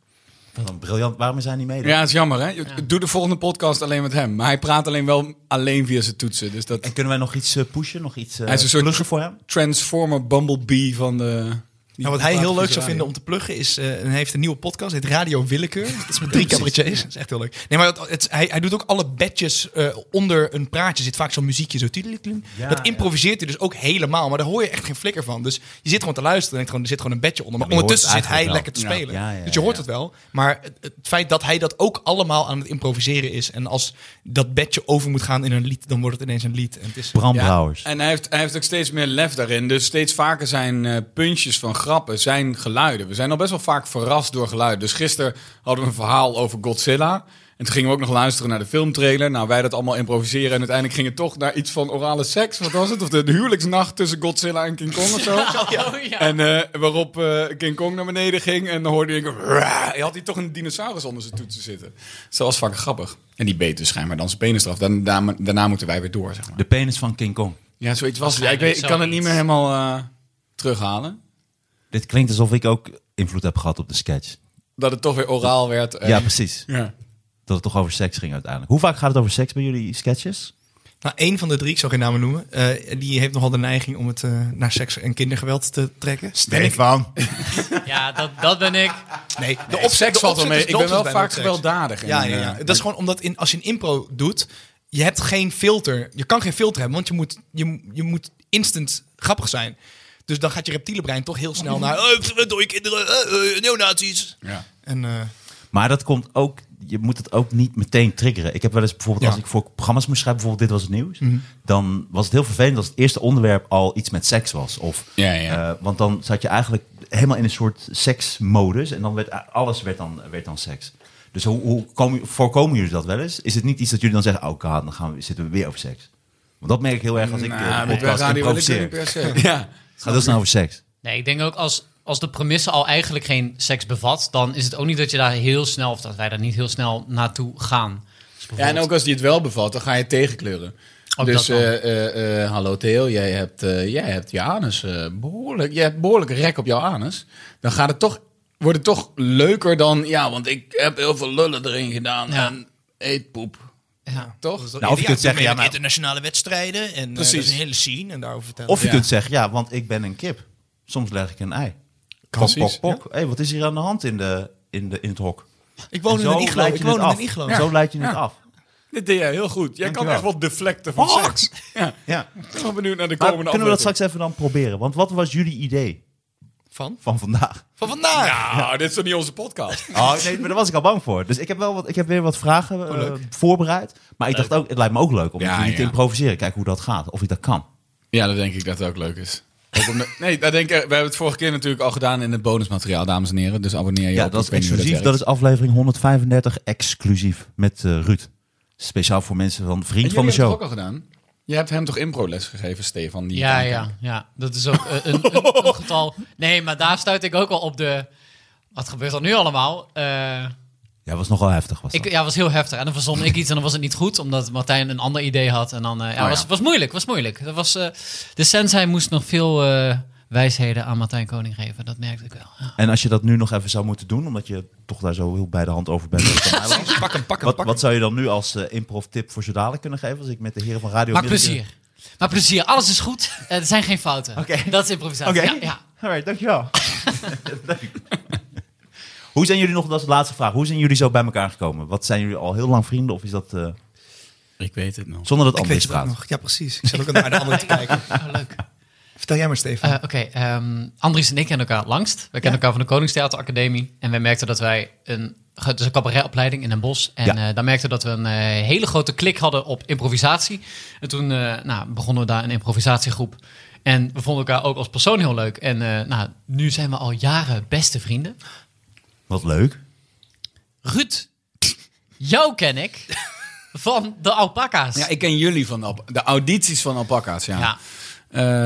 Speaker 2: Wat een briljant. Waarom is hij niet mee? dan?
Speaker 5: Ja, dat is jammer hè. Doe de volgende podcast alleen met hem. Maar hij praat alleen wel alleen via zijn toetsen. Dus dat
Speaker 2: En kunnen wij nog iets eh, pushen? Nog iets eh
Speaker 5: Hij is een soort-
Speaker 2: plussen voor hem?
Speaker 5: Transformer Bumblebee van de...
Speaker 4: Nou, wat hij heel leuk zou
Speaker 5: Radio.
Speaker 4: vinden om te pluggen is, eh, hij heeft een nieuwe podcast, heet
Speaker 2: [LAUGHS]
Speaker 4: Radio Willekeur. Dat is met drie cabaretiers, dat is echt heel leuk. Nee, maar het, het- hij, hij doet ook alle badges eh, onder een praatje, zit vaak zo'n muziekje, zo tiedeliedeling.
Speaker 2: Ja,
Speaker 4: Dat improviseert hij dus ook helemaal, maar daar hoor je echt geen flikker van. Dus je zit gewoon te luisteren en denkt gewoon, er zit gewoon een badge onder. Maar
Speaker 2: Ja, maar je
Speaker 4: ondertussen
Speaker 2: hoort
Speaker 4: zit
Speaker 2: het
Speaker 4: hij lekker
Speaker 2: eigenlijk
Speaker 4: te
Speaker 5: wel.
Speaker 4: spelen.
Speaker 2: Ja. Ja, ja,
Speaker 4: dus je hoort
Speaker 2: ja.
Speaker 4: het wel, maar het, het feit dat hij dat ook allemaal aan het improviseren is en als dat badge over moet gaan in een lied, dan wordt het ineens een lied. En het is...
Speaker 2: Bram
Speaker 5: Ja,
Speaker 2: Brouwers.
Speaker 5: En hij heeft, hij heeft ook steeds meer lef daarin. Dus steeds vaker zijn eh, puntjes van grappen, zijn geluiden. We zijn al best wel vaak verrast door geluiden. Dus gisteren hadden we een verhaal over Godzilla. En toen gingen we ook nog luisteren naar de filmtrailer. Nou, wij dat allemaal improviseren. En uiteindelijk ging het toch naar iets van orale seks. Wat was het? Of de, de huwelijksnacht tussen Godzilla en King Kong of zo.
Speaker 3: Oh, [LAUGHS] ja.
Speaker 5: En eh, waarop eh, King Kong naar beneden ging. En dan hoorde ik... "Raar." Hij had hij toch een dinosaurus onder zijn toetsen zitten. Dus dat was vaak grappig. En die beet dus schijnbaar dan zijn penis eraf. Dan- daarna- daarna moeten wij weer door, zeg maar.
Speaker 2: De penis van King Kong.
Speaker 5: Ja, zoiets was het. Ja, ik, weet, ik kan het
Speaker 3: Waarschijnlijk
Speaker 5: niet meer helemaal eh, terughalen.
Speaker 2: Dit klinkt alsof ik ook invloed heb gehad op de sketch.
Speaker 5: Dat het toch weer oraal werd. eh.
Speaker 2: Ja, precies.
Speaker 5: Ja.
Speaker 2: Dat het toch over seks ging uiteindelijk. Hoe vaak gaat het over seks bij jullie sketches?
Speaker 4: Nou, één van de drie, ik zal geen namen noemen, eh, die heeft nogal de neiging om het eh, naar seks en kindergeweld te trekken.
Speaker 5: [LAUGHS]
Speaker 2: Stefan.
Speaker 3: Ja, dat, dat ben ik.
Speaker 4: Nee,
Speaker 5: De opseks valt wel
Speaker 4: opzet
Speaker 5: mee.
Speaker 4: is-
Speaker 5: Ik
Speaker 4: de
Speaker 5: ben
Speaker 4: opzet
Speaker 5: wel
Speaker 4: is bijna
Speaker 5: vaak
Speaker 4: opseks.
Speaker 5: gewelddadig.
Speaker 4: Ja,
Speaker 5: En,
Speaker 4: ja, ja.
Speaker 5: eh,
Speaker 4: Dat is gewoon omdat in, als je een impro doet, je hebt geen filter. Je kan geen filter hebben, want je moet, je, je moet instant grappig zijn. Dus dan gaat je reptiele brein toch heel snel naar... eh dode kinderen, eh, eh, neonazies.
Speaker 5: ja.
Speaker 4: En, eh,
Speaker 2: Maar dat komt ook, je moet het ook niet meteen triggeren. Ik heb wel eens bijvoorbeeld,
Speaker 4: Ja.
Speaker 2: als ik voor programma's moest schrijven, bijvoorbeeld Dit Was Het Nieuws. Dan was het heel vervelend als het eerste onderwerp al iets met seks was. Of,
Speaker 5: Ja, ja.
Speaker 2: eh, want dan zat je eigenlijk helemaal in een soort seksmodus. En dan werd eh, alles werd dan, werd dan seks. Dus hoe, hoe komen, voorkomen jullie dat wel eens? Is het niet iets dat jullie dan zeggen, oh god, dan gaan we, zitten we weer over seks? Want dat merk ik heel erg als ik
Speaker 5: Nou,
Speaker 2: eh,
Speaker 5: dat
Speaker 2: de podcast
Speaker 5: bij Radio Willekeur
Speaker 2: improviseer.
Speaker 5: niet per se. ja.
Speaker 2: Gaat heel snel over seks.
Speaker 3: Nee, ik denk ook als, als de premisse al eigenlijk geen seks bevat, dan is het ook niet dat je daar heel snel, of dat wij daar niet heel snel naartoe gaan. Dus
Speaker 5: Ja, en
Speaker 3: bijvoorbeeld-
Speaker 5: ook als die het wel bevat, dan ga je het tegenkleuren.
Speaker 3: Ook
Speaker 5: dus
Speaker 3: dat dan.
Speaker 5: eh, eh, eh, hallo Theo, jij hebt, eh, jij hebt je anus eh, behoorlijk, jij hebt behoorlijk rek op jouw anus. Dan gaat het toch, wordt het toch leuker dan, ja, want ik heb heel veel lullen erin gedaan
Speaker 3: Ja.
Speaker 5: en eet poep.
Speaker 3: Ja.
Speaker 5: Toch?
Speaker 2: Nou, of je kunt
Speaker 4: toen
Speaker 2: zeggen,
Speaker 4: ben
Speaker 2: ja, maar-
Speaker 4: internationale wedstrijden en eh,
Speaker 5: Precies.
Speaker 4: dat is een hele scene. En daarover vertellen.
Speaker 2: Of je
Speaker 5: Ja.
Speaker 2: kunt zeggen, ja, want ik ben een kip. Soms leg ik een ei. Pok, pok,
Speaker 5: Precies,
Speaker 2: pok. hey, wat is hier aan de hand in, de, in, de, in het hok?
Speaker 4: ik woon in
Speaker 2: Zo
Speaker 4: een iglo.
Speaker 2: leid je
Speaker 4: Ik woon
Speaker 2: het
Speaker 4: in
Speaker 2: af.
Speaker 4: een iglo.
Speaker 2: Zo leid je het af.
Speaker 5: Dit deed jij heel goed. Jij kan
Speaker 2: Dankjewel.
Speaker 5: echt wel deflecten van
Speaker 2: Oh.
Speaker 5: seks. Ja,
Speaker 2: Ja. Maar
Speaker 5: ik ben wel benieuwd naar de komende
Speaker 2: kunnen we dat
Speaker 5: aflevering.
Speaker 2: straks even dan proberen? Want wat was jullie idee
Speaker 4: Van?
Speaker 2: van vandaag?
Speaker 4: Van vandaag.
Speaker 5: Nou, dit is toch niet onze podcast?
Speaker 2: Oh, nee, maar daar was ik al bang voor. Dus ik heb, wel wat, ik heb weer wat vragen eh, voorbereid. Maar ik dacht ook, het lijkt me ook leuk om
Speaker 5: Oh, Ja,
Speaker 2: met jullie te
Speaker 5: ja.
Speaker 2: improviseren. Kijken hoe dat gaat, of ik dat kan.
Speaker 5: Ja, dat denk ik dat het ook leuk is. Ook om de- nee, dat denk ik, we hebben het vorige keer natuurlijk al gedaan in het bonusmateriaal, dames en heren. Dus abonneer je
Speaker 2: Ja,
Speaker 5: op
Speaker 2: dat is
Speaker 5: Ik weet niet hoe
Speaker 2: exclusief.
Speaker 5: werkt.
Speaker 2: Dat is aflevering 135 exclusief met eh, Ruud. Speciaal voor mensen van vriend
Speaker 5: En
Speaker 2: van de
Speaker 5: jullie hebben
Speaker 2: show.
Speaker 5: het toch ook al gedaan? Je hebt hem toch impro-les gegeven, Stefan? Die
Speaker 3: Ja, ja, ja. Dat is ook eh, een, een,
Speaker 4: [LAUGHS]
Speaker 3: een getal. Nee, maar daar stuit ik ook al op de. Wat gebeurt er nu allemaal? Eh,
Speaker 2: Ja, was nogal heftig. Was
Speaker 3: Ik,
Speaker 2: dat.
Speaker 3: ja, was heel heftig. En dan verzon ik iets en dan was het niet goed, omdat Martijn een ander idee had. En dan, eh, ja,
Speaker 5: ja.
Speaker 3: was, was moeilijk, was moeilijk. Dat was, eh, de sensei moest nog veel eh, wijsheden aan Martijn Koning geven, dat merkte ik wel. Ja.
Speaker 2: En als je dat nu nog even zou moeten doen, omdat je toch daar zo heel bij de hand over bent.
Speaker 4: Pak hem, pak hem,
Speaker 2: wat,
Speaker 4: pak
Speaker 2: wat zou je dan nu als eh, improv tip voor zo dadelijk kunnen geven? Als ik met de heren van Radio...
Speaker 3: Maak
Speaker 2: Middelburg-
Speaker 3: plezier. Maak plezier, alles is goed. [LAUGHS] Eh, er zijn geen fouten.
Speaker 2: Oké.
Speaker 3: Dat is improvisatie.
Speaker 2: Oké,
Speaker 3: Ja, ja.
Speaker 2: Alright, dankjewel. [LAUGHS] Leuk. Hoe zijn jullie nog, dat is de laatste vraag, hoe zijn jullie zo bij elkaar gekomen? Wat zijn jullie al heel lang vrienden of is dat eh,
Speaker 5: Ik weet het nog.
Speaker 2: zonder dat
Speaker 4: Ik weet
Speaker 2: Andries
Speaker 4: het ook
Speaker 2: praat?
Speaker 4: nog. Ja, precies. Ik zat ook naar de andere te
Speaker 5: [LAUGHS]
Speaker 4: kijken.
Speaker 3: Oh, leuk.
Speaker 4: Vertel jij maar, Steven.
Speaker 3: Eh, Oké, ehm, Andries en ik kennen elkaar het langst. We kennen elkaar van de Koningstheateracademie. En wij merkten dat wij een, het is een cabaretopleiding in Den Bosch. En
Speaker 2: Ja.
Speaker 3: eh, daar merkten we dat we een eh, hele grote klik hadden op improvisatie. En toen eh, nou, begonnen we daar een improvisatiegroep. En we vonden elkaar ook als persoon heel leuk. En eh, nou, nu zijn we al jaren beste vrienden.
Speaker 2: Wat leuk.
Speaker 3: Ruud, jou ken ik van de alpaca's.
Speaker 5: Ja, ik ken jullie van de, alp- de audities van alpaca's, ja.
Speaker 3: Ja.
Speaker 5: Ja.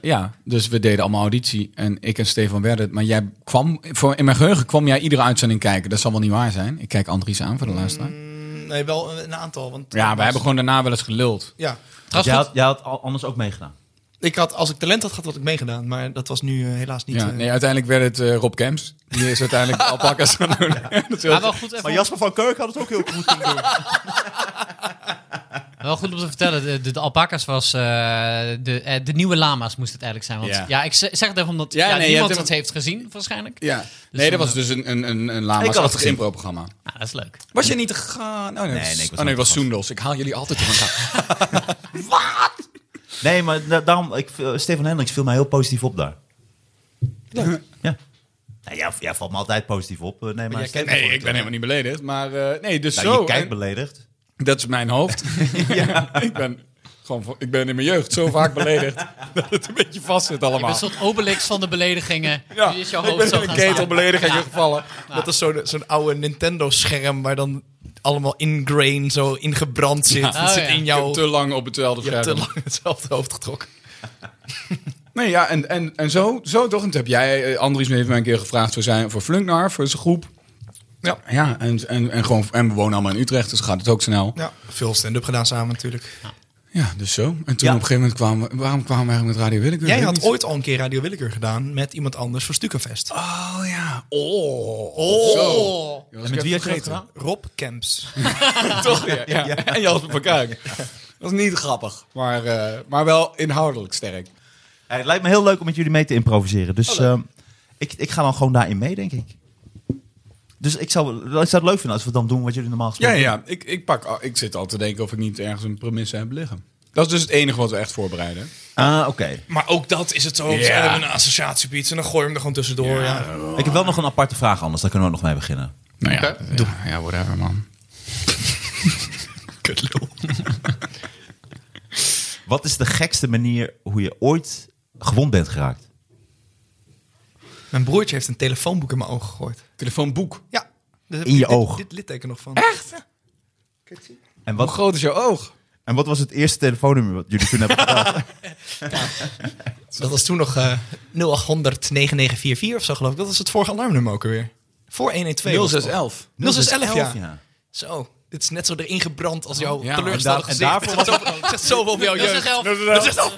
Speaker 5: ja, dus we deden allemaal auditie. En ik en Stefan werden het. Maar jij kwam, voor, in mijn geheugen kwam jij iedere uitzending kijken. Dat zal wel niet waar zijn. Ik kijk Andries aan voor de luisteraar.
Speaker 4: Nee, wel een aantal. Want
Speaker 5: Ja, wij hebben gewoon daarna wel eens geluld.
Speaker 4: Ja.
Speaker 2: Jij
Speaker 3: Trouwens,
Speaker 2: had, jij had al- anders ook meegedaan.
Speaker 4: Ik had, als ik talent had, had ik meegedaan. Maar dat was nu eh, helaas niet...
Speaker 5: Ja,
Speaker 4: eh,
Speaker 5: nee, uiteindelijk werd het eh, Rob Kemps. Die is [LAUGHS] uiteindelijk de alpaca's gaan doen. [LAUGHS] Dat is heel-
Speaker 3: maar wel goed, even,
Speaker 2: Jasper van Kerk had het ook heel goed kunnen doen.
Speaker 3: Wel goed om te vertellen, de, de, de alpaca's was eh, de, eh, de nieuwe lama's moest het eigenlijk zijn. Want ja,
Speaker 5: Ja.
Speaker 3: ik ze- zeg het even omdat ja,
Speaker 5: Ja, nee, je
Speaker 3: niemand
Speaker 5: hebt
Speaker 3: het
Speaker 5: hem-
Speaker 3: heeft gezien waarschijnlijk.
Speaker 5: Ja. Nee, dat was dus een, een, een, een lama's-achtig impro-programma.
Speaker 3: Nou, dat is leuk.
Speaker 5: Was je niet te gaan? Oh, nee,
Speaker 2: nee, ik was
Speaker 5: nee,
Speaker 2: nooit
Speaker 5: ik was, oh, nee, ik was
Speaker 2: te
Speaker 5: Soendels. Ik haal jullie altijd door elkaar.
Speaker 2: Nee, maar da- daarom, ik, eh, Stefan Hendricks viel mij heel positief op daar. Ja. Nou, jij, jij valt me altijd positief op. eh, Nee, maar,
Speaker 4: jij
Speaker 2: Stefan
Speaker 4: kent
Speaker 5: [LAUGHS] Nee,
Speaker 2: vond
Speaker 5: ik ben helemaal niet beledigd. Maar eh, nee, dus
Speaker 2: Nou,
Speaker 5: zo.
Speaker 2: je kijkt
Speaker 5: en-
Speaker 2: beledigd.
Speaker 5: Dat is mijn [LAUGHS] hoofd. ja, ik ben, gewoon, van- ik ben in mijn jeugd zo vaak beledigd [LAUGHS] dat het een beetje vast zit
Speaker 3: Ik ben een
Speaker 5: allemaal.
Speaker 3: soort obelix van de beledigingen.
Speaker 5: Ja,
Speaker 3: Die is jouw
Speaker 5: ik
Speaker 3: hoofd
Speaker 5: ben
Speaker 3: zo
Speaker 5: in een
Speaker 3: gaan
Speaker 5: ketel
Speaker 3: staan.
Speaker 5: beledigingen
Speaker 3: Ja.
Speaker 5: gevallen.
Speaker 4: Dat is zo'n zo'n oude Nintendo-scherm waar dan allemaal ingrain zo ingebrand zit. Dat
Speaker 3: Oh,
Speaker 4: zit
Speaker 3: ja.
Speaker 4: in
Speaker 5: Ik heb
Speaker 4: jouw...
Speaker 5: te lang op hetzelfde
Speaker 4: Je hebt te
Speaker 5: scherm.
Speaker 4: lang hetzelfde hoofd getrokken.
Speaker 5: Nee, ja, en, en, en zo, zo toch. En toen heb jij, eh, Andries heeft mij een keer gevraagd voor, zijn, voor Flunknar, voor zijn groep.
Speaker 4: Ja.
Speaker 5: ja en, en, en, gewoon, en we wonen allemaal in Utrecht, dus gaat het ook snel.
Speaker 4: Ja, veel stand-up gedaan samen natuurlijk.
Speaker 5: Ja, dus zo. En toen
Speaker 2: Ja.
Speaker 5: op een gegeven moment kwamen we... Waarom kwamen we eigenlijk met Radio Willekeur?
Speaker 4: Jij
Speaker 5: Weet
Speaker 4: had
Speaker 5: niet.
Speaker 4: ooit al een keer Radio Willekeur gedaan met iemand anders voor Stukenvest.
Speaker 5: Oh ja. Oh.
Speaker 4: Oh.
Speaker 5: En
Speaker 2: En met wie had je dat gedaan?
Speaker 4: Rob Kemps.
Speaker 5: Toch weer. Ja. En Jasper van Kuik. [LAUGHS] Dat is niet grappig, maar, eh, maar wel inhoudelijk sterk.
Speaker 2: Eh, het lijkt me heel leuk om met jullie mee te improviseren.
Speaker 5: Oh,
Speaker 2: Dus ehm, ik, ik ga dan gewoon daarin mee, denk ik. Dus ik zou, ik zou het leuk vinden als we dan doen wat jullie normaal
Speaker 5: Ja,
Speaker 2: gesproken
Speaker 5: ja. Ik, ik, pak, al- ik zit al te denken of ik niet ergens een premisse heb liggen. Dat is dus het enige wat we echt voorbereiden.
Speaker 2: doen. Ah, oké.
Speaker 4: Maar ook dat is het zo.
Speaker 5: Ja.
Speaker 4: Ze hebben een associatiebied en dan gooi je hem er gewoon tussendoor. Ja.
Speaker 2: Ik heb wel nog een aparte vraag anders, daar kunnen we ook nog mee beginnen.
Speaker 5: Nou ja, ja, ja, whatever man.
Speaker 4: Kutlul.
Speaker 2: Wat is de gekste manier hoe je ooit gewond bent geraakt?
Speaker 4: Mijn broertje heeft een telefoonboek in mijn oog gegooid.
Speaker 5: Telefoonboek.
Speaker 4: Ja. Daar
Speaker 2: In
Speaker 4: heb ik
Speaker 2: je
Speaker 4: dit-
Speaker 2: oog?
Speaker 4: Dit litteken nog van. Echt?
Speaker 2: En
Speaker 5: Hoe
Speaker 2: wat,
Speaker 5: groot is jouw oog?
Speaker 2: en wat was het eerste telefoonnummer wat jullie toen
Speaker 5: [LAUGHS]
Speaker 2: hebben gebeld?
Speaker 4: Dat was toen nog eh 0800 9944 of zo geloof ik. Dat was het vorige alarmnummer ook alweer. Voor 112. was het al.
Speaker 5: 0611.
Speaker 4: 0611, ja.
Speaker 2: ja.
Speaker 4: Zo. Dit is net zo erin gebrand als jouw
Speaker 5: Ja,
Speaker 4: teleurgestelde
Speaker 2: en
Speaker 4: gezicht.
Speaker 2: daar- en
Speaker 4: Het zegt zoveel- het [LAUGHS] zegt zoveel over jouw jeugd.
Speaker 3: 0611.
Speaker 4: Dat is al.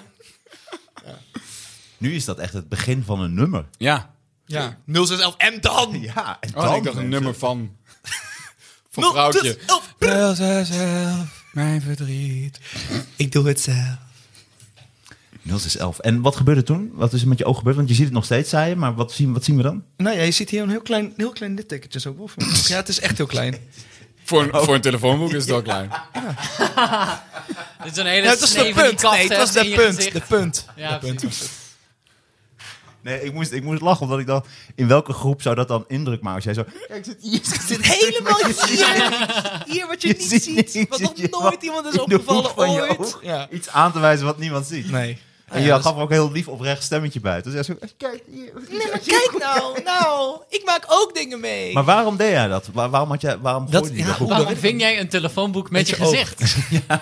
Speaker 2: Nu is dat echt het begin van een nummer.
Speaker 5: Ja.
Speaker 4: Ja. 0611 en dan.
Speaker 2: Ja, en
Speaker 5: Oh,
Speaker 2: dan
Speaker 5: ik dacht een
Speaker 2: mensen.
Speaker 5: nummer [LAUGHS] van... Van
Speaker 4: 0611.
Speaker 5: mijn verdriet.
Speaker 4: Ik doe het zelf.
Speaker 2: 0611. En wat gebeurde toen? Wat is er met je oog gebeurd? Want je ziet het nog steeds, zei je, maar wat zien, wat zien we dan?
Speaker 4: Nou ja, je ziet hier een heel klein, heel klein littekentje zo boven.
Speaker 3: [LAUGHS]
Speaker 4: Ja, het is echt heel klein.
Speaker 5: Voor een, voor een telefoonboek is het [LAUGHS] al klein.
Speaker 3: Dit is een hele
Speaker 4: Ja, het was de
Speaker 3: snee van die
Speaker 4: punt.
Speaker 3: kaft,
Speaker 4: Nee, het
Speaker 3: hè,
Speaker 4: was
Speaker 3: in
Speaker 4: de
Speaker 3: je
Speaker 4: punt.
Speaker 3: gezicht.
Speaker 4: De punt.
Speaker 3: Ja, precies.
Speaker 2: Nee, ik moest, ik moest lachen, omdat ik dacht, in welke groep zou dat dan indruk maken? Als jij zo, kijk, zit hier,
Speaker 4: Dit
Speaker 2: [LAUGHS]
Speaker 4: helemaal hier. Hier wat je,
Speaker 2: Je
Speaker 4: niet
Speaker 2: ziet
Speaker 4: ziet.
Speaker 2: niks,
Speaker 4: wat
Speaker 2: je
Speaker 4: nog
Speaker 2: ziet
Speaker 4: nooit
Speaker 2: wat
Speaker 4: iemand is
Speaker 2: in de hoek
Speaker 4: opgevallen
Speaker 2: van je
Speaker 4: ooit.
Speaker 2: oog.
Speaker 4: Ja.
Speaker 2: iets aan te wijzen wat niemand ziet.
Speaker 4: Nee.
Speaker 2: En je gaf me ook een heel lief oprecht stemmetje bij. Dus jij zo, kijk hier.
Speaker 4: Nee, maar kijk nou. Nou, ik maak ook dingen mee.
Speaker 2: Maar waarom deed jij dat? Waar- waarom had jij, waarom
Speaker 4: Dat-
Speaker 2: gooide je
Speaker 4: ja,
Speaker 2: dat?
Speaker 4: hoe-
Speaker 3: Waarom ving jij een telefoonboek met je,
Speaker 4: je oog.
Speaker 3: gezicht?
Speaker 4: Ik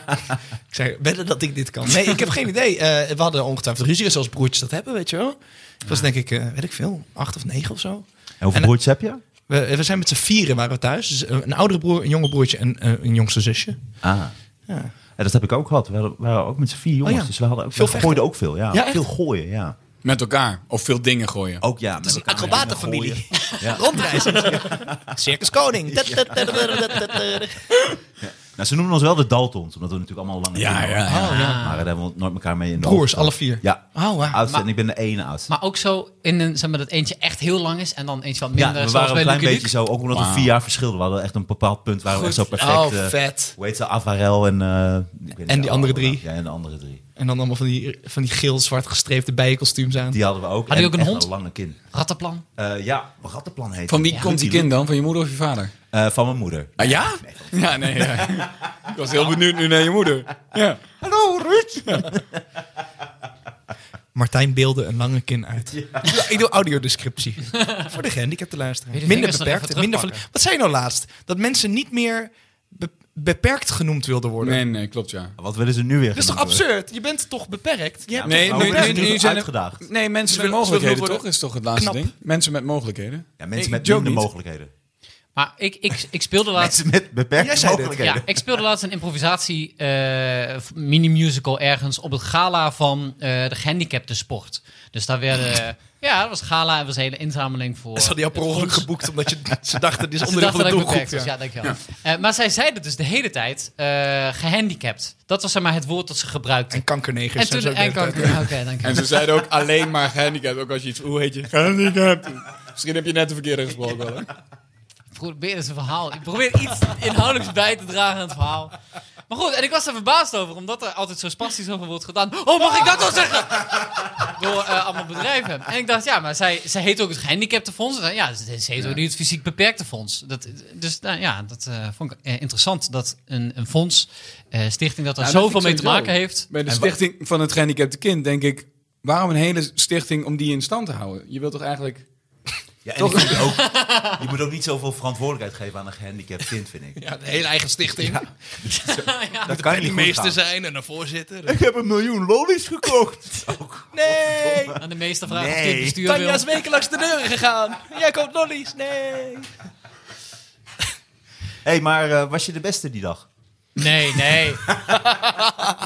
Speaker 4: zei, wedden dat ik dit kan. Nee, ik heb [LAUGHS] geen idee. Eh, we hadden ongetwijfeld ruzie, zoals broertjes dat hebben, weet je wel. Ik was denk ik, eh, weet ik veel, acht of negen of zo.
Speaker 2: En hoeveel
Speaker 4: En-
Speaker 2: broertjes heb je?
Speaker 4: We eh, We, we zijn met z'n vieren waren we thuis. Dus een een oudere broer, een jonger broertje en eh, een jongste zusje.
Speaker 2: Ah. Ja, dat heb ik ook gehad. We hadden- we waren ook met z'n vier jongens.
Speaker 4: Oh ja.
Speaker 2: Dus we hadden ook
Speaker 4: Veel
Speaker 2: veel
Speaker 4: vechten.
Speaker 2: gooiden ook veel. Ja,
Speaker 4: Ja, echt?
Speaker 2: veel gooien, ja.
Speaker 5: Met elkaar. Of veel dingen gooien.
Speaker 2: Ook ja. Het
Speaker 4: is een acrobatenfamilie.
Speaker 2: Ja.
Speaker 4: Rondreizend.
Speaker 2: [LAUGHS]
Speaker 4: Circus Koning.
Speaker 2: Nou, ze noemen ons wel de Daltons, omdat we natuurlijk allemaal lang
Speaker 5: Ja, ja, ja.
Speaker 2: Oh, Maar daar hebben we nooit elkaar mee in de
Speaker 4: Broers,
Speaker 2: hoofd gehad.
Speaker 4: alle vier?
Speaker 2: Ja.
Speaker 4: Oh, wauw.
Speaker 2: Oudste, en ik ben de ene oudste.
Speaker 3: Maar ook zo in een, zeg maar, dat eentje echt heel lang is en dan eentje wat minder.
Speaker 2: ja, we
Speaker 3: zoals
Speaker 2: waren een
Speaker 3: bij
Speaker 2: klein
Speaker 3: Lucky
Speaker 2: beetje
Speaker 3: Luke.
Speaker 2: zo, ook omdat we vier jaar verschilden. We hadden echt een bepaald punt waar we echt zo perfect...
Speaker 4: Oh,
Speaker 2: eh,
Speaker 4: vet.
Speaker 2: Hoe heet ze? Avarel en... eh, ik weet niet,
Speaker 4: En die andere drie.
Speaker 2: Ja, en de andere drie.
Speaker 4: En dan allemaal van die, van die geel-zwart gestreepte bijenkostuums aan.
Speaker 2: Die hadden we ook.
Speaker 3: Had die
Speaker 2: En
Speaker 3: ook een
Speaker 2: echt
Speaker 3: hond?
Speaker 2: Een lange kin.
Speaker 3: Rattenplan.
Speaker 2: Eh, ja, Rattenplan heet
Speaker 5: Van wie
Speaker 2: die.
Speaker 5: komt die kind dan? Van je moeder of je vader?
Speaker 2: Eh, van mijn moeder.
Speaker 5: Ah ja? Ja, nee. Ja. Ik was heel benieuwd nu naar je moeder. Ja.
Speaker 4: Hallo, Ruud. [LAUGHS] Martijn beelde een lange kin uit. Ik doe- Ik doe audiodescriptie. [LAUGHS] Voor de gehandicapte luisteraar.
Speaker 3: Wil je de
Speaker 4: Minder
Speaker 3: vingers nog
Speaker 4: beperkt.
Speaker 3: even terugpakken?
Speaker 4: Minder verli- Wat zei je nou laatst? Dat mensen niet meer be- beperkt genoemd wilden worden.
Speaker 5: Nee, nee, klopt ja.
Speaker 2: Wat willen ze nu weer? Nou,
Speaker 4: Dat is toch absurd? Je bent toch beperkt? Je hebt
Speaker 2: Nee,
Speaker 4: toch
Speaker 2: nu-
Speaker 4: beperkt?
Speaker 2: nu- nu- uitgedaagd.
Speaker 5: Nee, mensen
Speaker 4: Ze
Speaker 5: met
Speaker 4: willen- ze
Speaker 5: mogelijkheden
Speaker 4: willen
Speaker 5: toch? Is toch het laatste
Speaker 4: knap.
Speaker 5: ding? Mensen met mogelijkheden.
Speaker 2: Ja, mensen
Speaker 5: Ik
Speaker 2: met
Speaker 5: joke
Speaker 2: minder
Speaker 5: niet.
Speaker 2: mogelijkheden. [LAUGHS]
Speaker 3: Maar ik, ik, ik speelde laatst...
Speaker 2: Mensen met
Speaker 4: Jij
Speaker 2: beperkte
Speaker 4: zei dit.
Speaker 2: mogelijkheden.
Speaker 3: Ja, ik speelde laatst een improvisatie eh, mini-musical ergens op het gala van eh de gehandicapten sport. Dus daar werden... ja, dat was gala en dat was een hele inzameling voor...
Speaker 4: Ah. Ze hadden jou per
Speaker 3: het
Speaker 4: ongeluk
Speaker 3: fonds.
Speaker 4: geboekt omdat je, [LAUGHS] ze dachten, dit is
Speaker 3: Ze
Speaker 4: onderdeel van
Speaker 3: dachten
Speaker 4: de
Speaker 3: dat ik
Speaker 4: doelgroep.
Speaker 3: beperkt was. Ja, dankjewel. Eh, maar zij zeiden dus de hele tijd eh, gehandicapt. Dat was zeg maar het woord dat ze gebruikten.
Speaker 4: En kankernegers.
Speaker 3: En toen
Speaker 4: zijn
Speaker 3: de
Speaker 4: ze ook de hele tijd.
Speaker 3: kanker. Oké,
Speaker 5: En
Speaker 3: dankjewel.
Speaker 5: ze zeiden ook alleen maar gehandicapt. Ook als je iets... Hoe heet je? Gehandicapt. Misschien heb je net de verkeerde gesproken. wel, hè?
Speaker 3: Probeer eens een verhaal. Ik probeer iets inhoudelijks bij te dragen aan het verhaal. Maar goed, en ik was er verbaasd over, omdat er altijd zo spastisch over wordt gedaan. Oh, mag ik dat wel zeggen? Door eh, allemaal bedrijven. En ik dacht, ja, maar zij, zij heet ook het gehandicaptenfonds. En, Ja, ze ze heet ook niet het fysiek beperkte fonds. Dat, dus nou, ja, dat eh, vond ik eh, interessant dat een, een fonds, eh, stichting, dat er
Speaker 5: Nou, dat
Speaker 3: zoveel mee
Speaker 5: vind
Speaker 3: te
Speaker 5: ik
Speaker 3: maken
Speaker 5: sowieso.
Speaker 3: heeft.
Speaker 5: Bij de
Speaker 2: En wa-
Speaker 5: stichting van het gehandicapte kind denk ik... Waarom een hele stichting om die in stand te houden? Je wilt toch eigenlijk...
Speaker 2: Ja, en ik vind ook, je moet ook niet zoveel verantwoordelijkheid geven aan een gehandicapt kind, vind ik.
Speaker 4: Ja, een hele eigen stichting.
Speaker 2: Dat
Speaker 4: Kan
Speaker 2: kan
Speaker 4: die
Speaker 2: niet
Speaker 4: meester
Speaker 2: meester zijn.
Speaker 4: zijn en een voorzitter.
Speaker 2: Ik heb een miljoen lollies gekocht. Ook.
Speaker 4: Nee!
Speaker 3: Aan de meeste vragen of
Speaker 2: Nee.
Speaker 3: dit bestuur wil.
Speaker 4: Tanja is weken langs de deuren gegaan. Jij koopt lollies. Nee.
Speaker 2: [LAUGHS] hey, maar eh, was je de beste die dag?
Speaker 3: Nee, nee. [LAUGHS]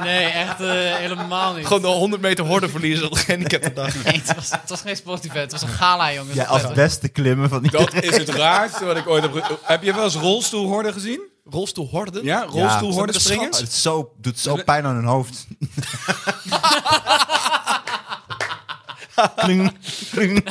Speaker 3: Nee, echt eh, helemaal niet.
Speaker 4: Gewoon de 100 meter horden verliezen op de gehandicaptendag.
Speaker 3: [LAUGHS] Nee, het was, het was geen sportevent. Het was een gala, jongens.
Speaker 2: Jij als beste klimmen van die
Speaker 5: Dat is het raarste wat ik ooit heb... ge- Heb je wel eens rolstoelhorden gezien?
Speaker 4: Rolstoel horden?
Speaker 5: Ja, rolstoelhorden
Speaker 4: Ja.
Speaker 5: springers?
Speaker 2: Het is zo, doet zo pijn aan hun hoofd. Kling, kling.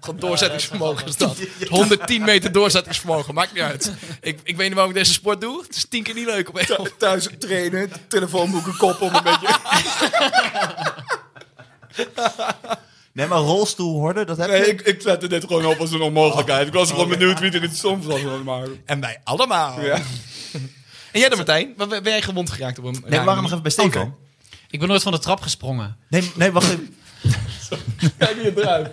Speaker 4: Gewoon doorzettingsvermogen is dat. [LAUGHS] 110 meter doorzettingsvermogen, maakt niet uit. Ik, ik weet niet waarom ik deze sport doe. Het is tien keer niet leuk. Op een of-
Speaker 5: Thuis trainen, telefoonboeken koppel om een
Speaker 4: [LAUGHS]
Speaker 5: beetje...
Speaker 2: Nee, maar rolstoelhorden, dat heb je.
Speaker 5: Nee, ik, ik zette dit gewoon op als een onmogelijkheid. Ik was gewoon benieuwd wie er het soms was aan maken.
Speaker 4: Oh, En wij allemaal.
Speaker 5: Ja.
Speaker 4: En jij dan, Martijn? Wa- wa- Ben jij gewond geraakt op een...
Speaker 2: nee,
Speaker 4: rare
Speaker 2: we waren nog
Speaker 4: manier?
Speaker 2: even bij Stefan.
Speaker 3: Ik ben nooit van de trap gesprongen.
Speaker 2: Nee, nee, wacht even.
Speaker 5: Kijk wie het eruit.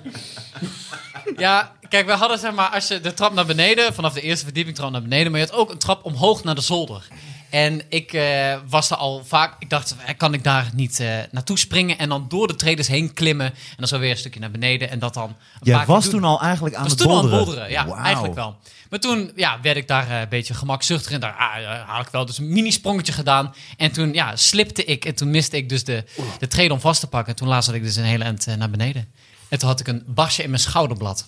Speaker 3: Ja, kijk, we hadden zeg maar, als je de trap naar beneden, vanaf de eerste verdieping trap naar beneden, maar je had ook een trap omhoog naar de zolder. En ik eh, was er al vaak, ik dacht, eh, kan ik daar niet eh, naartoe springen en dan door de tredes heen klimmen en dan zo weer een stukje naar beneden en dat dan een
Speaker 2: Jij
Speaker 3: paar keer
Speaker 2: was
Speaker 3: doen.
Speaker 2: toen al eigenlijk aan
Speaker 3: was
Speaker 2: het
Speaker 3: toen al
Speaker 2: bolderen.
Speaker 3: aan het bolderen, ja,
Speaker 2: Wauw.
Speaker 3: eigenlijk wel. Maar toen ja, werd ik daar eh, een beetje gemakzuchtig en daar ah, eh, haal ik wel dus een mini-sprongetje gedaan. En toen ja, slipte ik en toen miste ik dus de, de trede om vast te pakken. En toen laatste ik dus een hele eind eh, naar beneden. En toen had ik een basje in mijn schouderblad.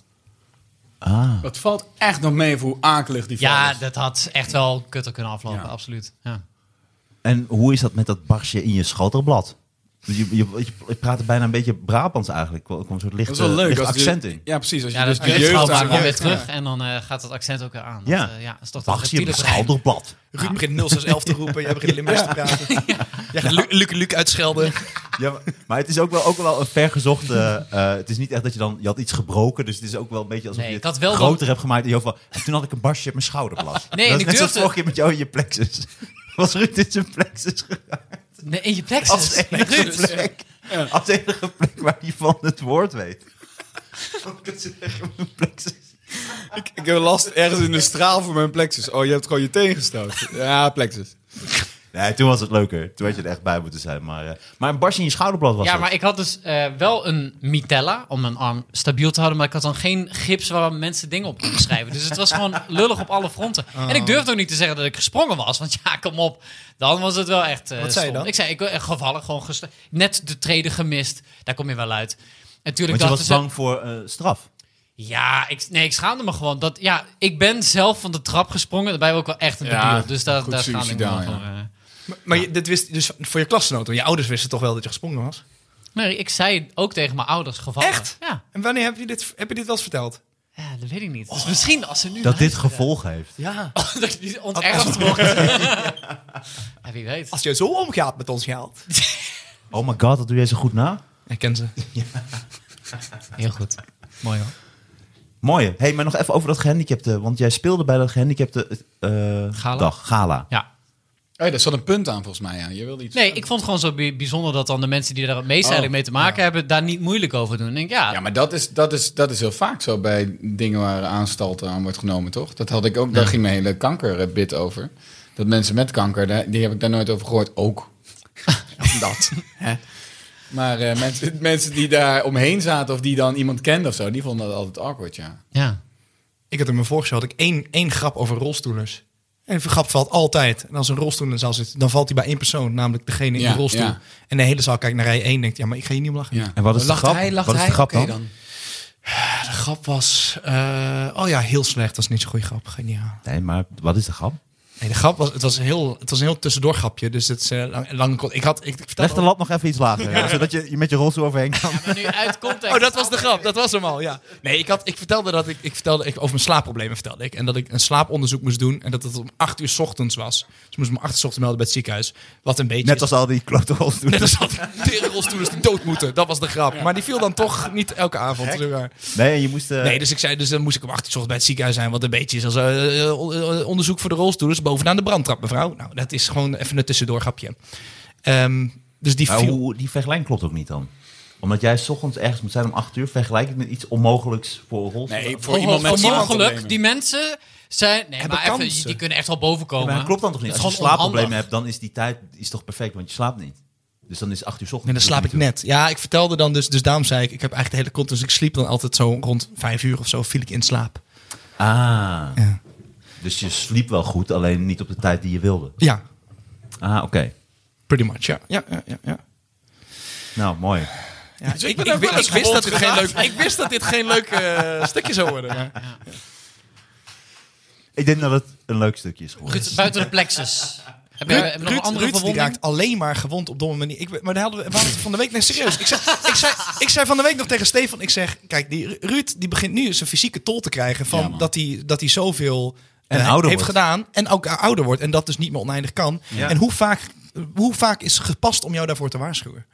Speaker 5: Dat valt echt nog mee voor hoe akelig die vrouw
Speaker 3: Ja,
Speaker 5: is.
Speaker 3: dat had echt wel kutter kunnen aflopen,
Speaker 5: Ja.
Speaker 3: absoluut. Ja.
Speaker 2: En hoe is dat met dat barsje in je schouderblad? Je, je, je, je praat er bijna een beetje Brabants eigenlijk. Er komt een soort lichte,
Speaker 5: Dat is wel leuk.
Speaker 2: lichte
Speaker 5: Als
Speaker 2: accent
Speaker 5: de,
Speaker 2: in.
Speaker 5: Ja, precies. Als je
Speaker 3: Ja,
Speaker 5: dus
Speaker 3: dat
Speaker 5: de
Speaker 3: is
Speaker 5: jeugd
Speaker 3: gewoon
Speaker 5: aanhaalt.
Speaker 3: weer terug en dan eh, gaat dat accent ook weer aan.
Speaker 2: Ja.
Speaker 3: Dat, eh, ja, is toch dat
Speaker 2: Barsje in mijn
Speaker 3: reptiele brein.
Speaker 5: [LAUGHS]
Speaker 2: schouderblad.
Speaker 4: Ruud begint 0611 te roepen. Jij begint Limburgs te praten. Jij gaat Luc, Luc, Luc uitschelden.
Speaker 2: Ja, maar- maar het is ook wel, ook wel een vergezochte... eh, het is niet echt dat je dan... Je had iets gebroken, dus het is ook wel een beetje alsof
Speaker 3: Nee,
Speaker 2: je
Speaker 3: ik
Speaker 2: het
Speaker 3: had wel
Speaker 2: groter
Speaker 3: dan-
Speaker 2: hebt gemaakt. In je hoofd van, en toen had ik een barsje op mijn schouderblad.
Speaker 3: Nee,
Speaker 2: dat
Speaker 3: en
Speaker 2: is
Speaker 3: ik
Speaker 2: net zoals
Speaker 3: durfde-
Speaker 2: vorige keer met jou in je plexus. [LAUGHS] Was Ruud in zijn plexus geraakt?
Speaker 3: [LAUGHS] Nee, in je
Speaker 2: Als
Speaker 3: plexus.
Speaker 2: enige
Speaker 3: Ruud.
Speaker 2: plek. Als enige plek waar hij van het woord weet. Dat is echt mijn plexus.
Speaker 5: Ik, ik heb last ergens in de straal van mijn plexus. Oh, je hebt gewoon je teen gestoten. Ja, plexus.
Speaker 2: Nee, toen was het leuker. Toen had je er echt bij moeten zijn. Maar, eh, maar een barsje in je schouderblad was
Speaker 3: Ja,
Speaker 2: dat.
Speaker 3: maar ik had dus eh, wel een mitella om mijn arm stabiel te houden. Maar ik had dan geen gips waar mensen dingen op konden schrijven. Dus het was gewoon lullig op alle fronten. En ik durfde ook niet te zeggen dat ik gesprongen was. Want ja, kom op. Dan was het wel echt eh,
Speaker 4: Wat zei je
Speaker 3: stom.
Speaker 4: dan?
Speaker 3: Ik zei, ik ben echt gevallen. Gewoon gest- net de treden gemist. Daar kom je wel uit. En tuurlijk
Speaker 2: Want je
Speaker 3: dachten
Speaker 2: was
Speaker 3: ze-
Speaker 2: bang voor eh, straf.
Speaker 3: Ja, ik, nee, ik schaamde me gewoon. Dat, ja, ik ben zelf van de trap gesprongen. Daarbij ben ik wel echt een
Speaker 5: Ja,
Speaker 3: debiel. Dus daar,
Speaker 5: goed
Speaker 3: daar schaamde ik me
Speaker 5: suicidaal,
Speaker 3: wel
Speaker 5: ja.
Speaker 3: voor. eh.
Speaker 4: Maar, maar je, dit wist dus voor je klasgenoten. Je ouders wisten toch wel dat je gesprongen was?
Speaker 3: Nee, ik zei ook tegen mijn ouders gevallen.
Speaker 4: Echt?
Speaker 3: Ja,
Speaker 4: En wanneer heb je dit, heb je dit wel eens verteld?
Speaker 3: ja dat weet ik niet. Dus misschien als ze nu...
Speaker 2: Dat dit
Speaker 3: luisteren-
Speaker 2: gevolg heeft.
Speaker 4: Ja.
Speaker 3: [LAUGHS] dat je niet onterfd wordt. ja, wie weet.
Speaker 4: Als je zo omgaat met ons geld.
Speaker 2: Oh my god, dat doe jij zo goed na.
Speaker 4: Ik ken ze.
Speaker 3: Heel goed. Mooi hoor.
Speaker 2: Mooi. Hey, maar nog even over dat gehandicapte. Want jij speelde bij dat gehandicapte eh,
Speaker 3: Gala?
Speaker 2: dag. Gala.
Speaker 3: Ja.
Speaker 5: Oh, ja, daar zat een punt aan volgens mij. Ja. Je wilde iets.
Speaker 3: Nee, ik vond het gewoon zo bij- bijzonder dat dan de mensen die daar het meest
Speaker 5: Oh,
Speaker 3: eigenlijk mee te maken hebben, daar niet moeilijk over doen. Ik denk, ja,
Speaker 5: Ja, maar dat is, dat, is, dat is heel vaak zo bij dingen waar aanstalten aan wordt genomen, toch? Dat had ik ook, daar ging mijn hele kankerbit over. Dat mensen met kanker, daar- die heb ik daar nooit over gehoord. [LAUGHS] Ook. dat. hè. Maar eh, mensen, mensen die daar omheen zaten of die dan iemand kenden of zo, die vonden dat altijd awkward, ja.
Speaker 3: ja.
Speaker 4: Ik had in mijn vorige show had ik één, één grap over rolstoelers. En die grap valt altijd. En als een rolstoeler in de zaal zit, dan valt hij bij één persoon. Namelijk degene in
Speaker 5: Ja,
Speaker 4: de rolstoel.
Speaker 5: ja.
Speaker 4: En de hele zaal kijkt naar rij 1 en denkt, ja, maar ik ga hier niet om lachen.
Speaker 5: ja.
Speaker 2: En wat is de
Speaker 5: lacht
Speaker 2: grap?
Speaker 5: Hij, lacht
Speaker 2: Wat is de
Speaker 5: hij?
Speaker 2: grap
Speaker 5: Oké
Speaker 2: dan?
Speaker 4: De grap was, eh, oh ja, heel slecht. Dat is niet zo'n goede grap. Ga je niet halen.
Speaker 2: Nee, maar wat is de grap?
Speaker 4: Nee, de grap was, het was een heel, het was een heel tussendoor grapje. Dus het is eh, lang, lang, ik had, ik, ik vertelde
Speaker 2: Leg de lat nog even iets lager. Zodat je, je met je rolstoel overheen kan.
Speaker 3: Maar nu uit
Speaker 4: [LAUGHS]
Speaker 3: context.
Speaker 4: Oh, dat was de grap. Dat was hem al, ja. Nee, ik, had, ik vertelde dat ik, ik vertelde ik, over mijn slaapproblemen vertelde ik. En dat ik een slaaponderzoek moest doen. En dat het om 8 uur 's ochtends was. Dus ik moest me om 8 uur 's ochtends melden bij het ziekenhuis. Wat een beetje.
Speaker 2: Net als al die klote rolstoelen.
Speaker 4: Net [LAUGHS] als dat tere rolstoelers die dood moeten. Dat was de grap. Maar die viel dan toch niet elke avond. zeg maar.
Speaker 2: Nee, en je moest... eh,
Speaker 4: Nee, dus ik zei, dus dan moest ik om 8 uur 's ochtends bij het ziekenhuis zijn. Wat een beetje is als eh, eh, eh, onderzoek voor de rolstoelers bovenaan de brandtrap, mevrouw. Nou, dat is gewoon even een tussendoor grapje. Ehm, dus die
Speaker 2: maar
Speaker 4: viel.
Speaker 2: Nou, hoe, die vergelijking klopt ook niet dan. Omdat jij 's ochtends ergens moet zijn om 8 uur... vergelijk ik met iets onmogelijks voor een rolstoel.
Speaker 5: Nee, voor
Speaker 3: Voor
Speaker 5: iemand met
Speaker 3: mogelijk.
Speaker 5: slaapproblemen.
Speaker 3: oh, Die mensen zijn. Nee,
Speaker 4: Hebben
Speaker 3: maar even,
Speaker 4: kansen.
Speaker 3: die kunnen echt wel bovenkomen.
Speaker 2: Ja, maar dat klopt dan toch niet?
Speaker 3: Dat
Speaker 2: Als
Speaker 3: is
Speaker 2: je
Speaker 3: gewoon
Speaker 2: slaapproblemen
Speaker 3: onhandig.
Speaker 2: hebt, dan is die tijd is toch perfect, want je slaapt niet. Dus dan is 8 uur 's ochtends.
Speaker 4: Nee, dan slaap ik
Speaker 2: natuurlijk
Speaker 4: net. Ja, ik vertelde dan dus, dus daarom zei ik, ik heb eigenlijk de hele kont, dus ik sliep dan altijd zo rond vijf uur of zo, viel ik in slaap.
Speaker 2: niet zo- Ah,
Speaker 4: Ja,
Speaker 2: dus je sliep wel goed, alleen niet op de tijd die je wilde.
Speaker 4: ja
Speaker 2: Ah, oké.
Speaker 4: pretty much, ja. ja, ja, ja, ja.
Speaker 2: Nou, mooi.
Speaker 4: Ja, ik,
Speaker 5: Dus ben
Speaker 4: ik-
Speaker 5: ook wel
Speaker 4: ik
Speaker 5: eens
Speaker 4: wist dat
Speaker 5: gewond
Speaker 4: dit geen leuk, ik wist dat dit geen leuk eh, stukje zou worden. ja.
Speaker 2: Ik denk dat het een leuk stukje is geworden.
Speaker 3: Ruud, buiten de plexus. Heb je,
Speaker 4: Ruud,
Speaker 3: heb je nog
Speaker 4: Ruud-
Speaker 3: een andere
Speaker 4: Ruud, die
Speaker 3: verwonding?
Speaker 4: raakt alleen maar gewond op domme manier. Ik, ben- maar daar hadden we, we hadden het van de week... Nee, serieus. Ik zei,
Speaker 3: [LAUGHS]
Speaker 4: ik, zei, ik zei van de week nog tegen Stefan... Ik zeg, kijk, die Ru- Ruud die begint nu zijn fysieke tol te krijgen... van
Speaker 5: Ja, man.
Speaker 4: dat hij dat hij zoveel
Speaker 2: En
Speaker 4: eh,
Speaker 2: ouder
Speaker 4: heeft
Speaker 2: wordt.
Speaker 4: gedaan. En ook ouder wordt. En dat dus niet meer oneindig kan.
Speaker 2: Ja.
Speaker 4: En hoe vaak, hoe vaak is gepast om jou daarvoor te waarschuwen?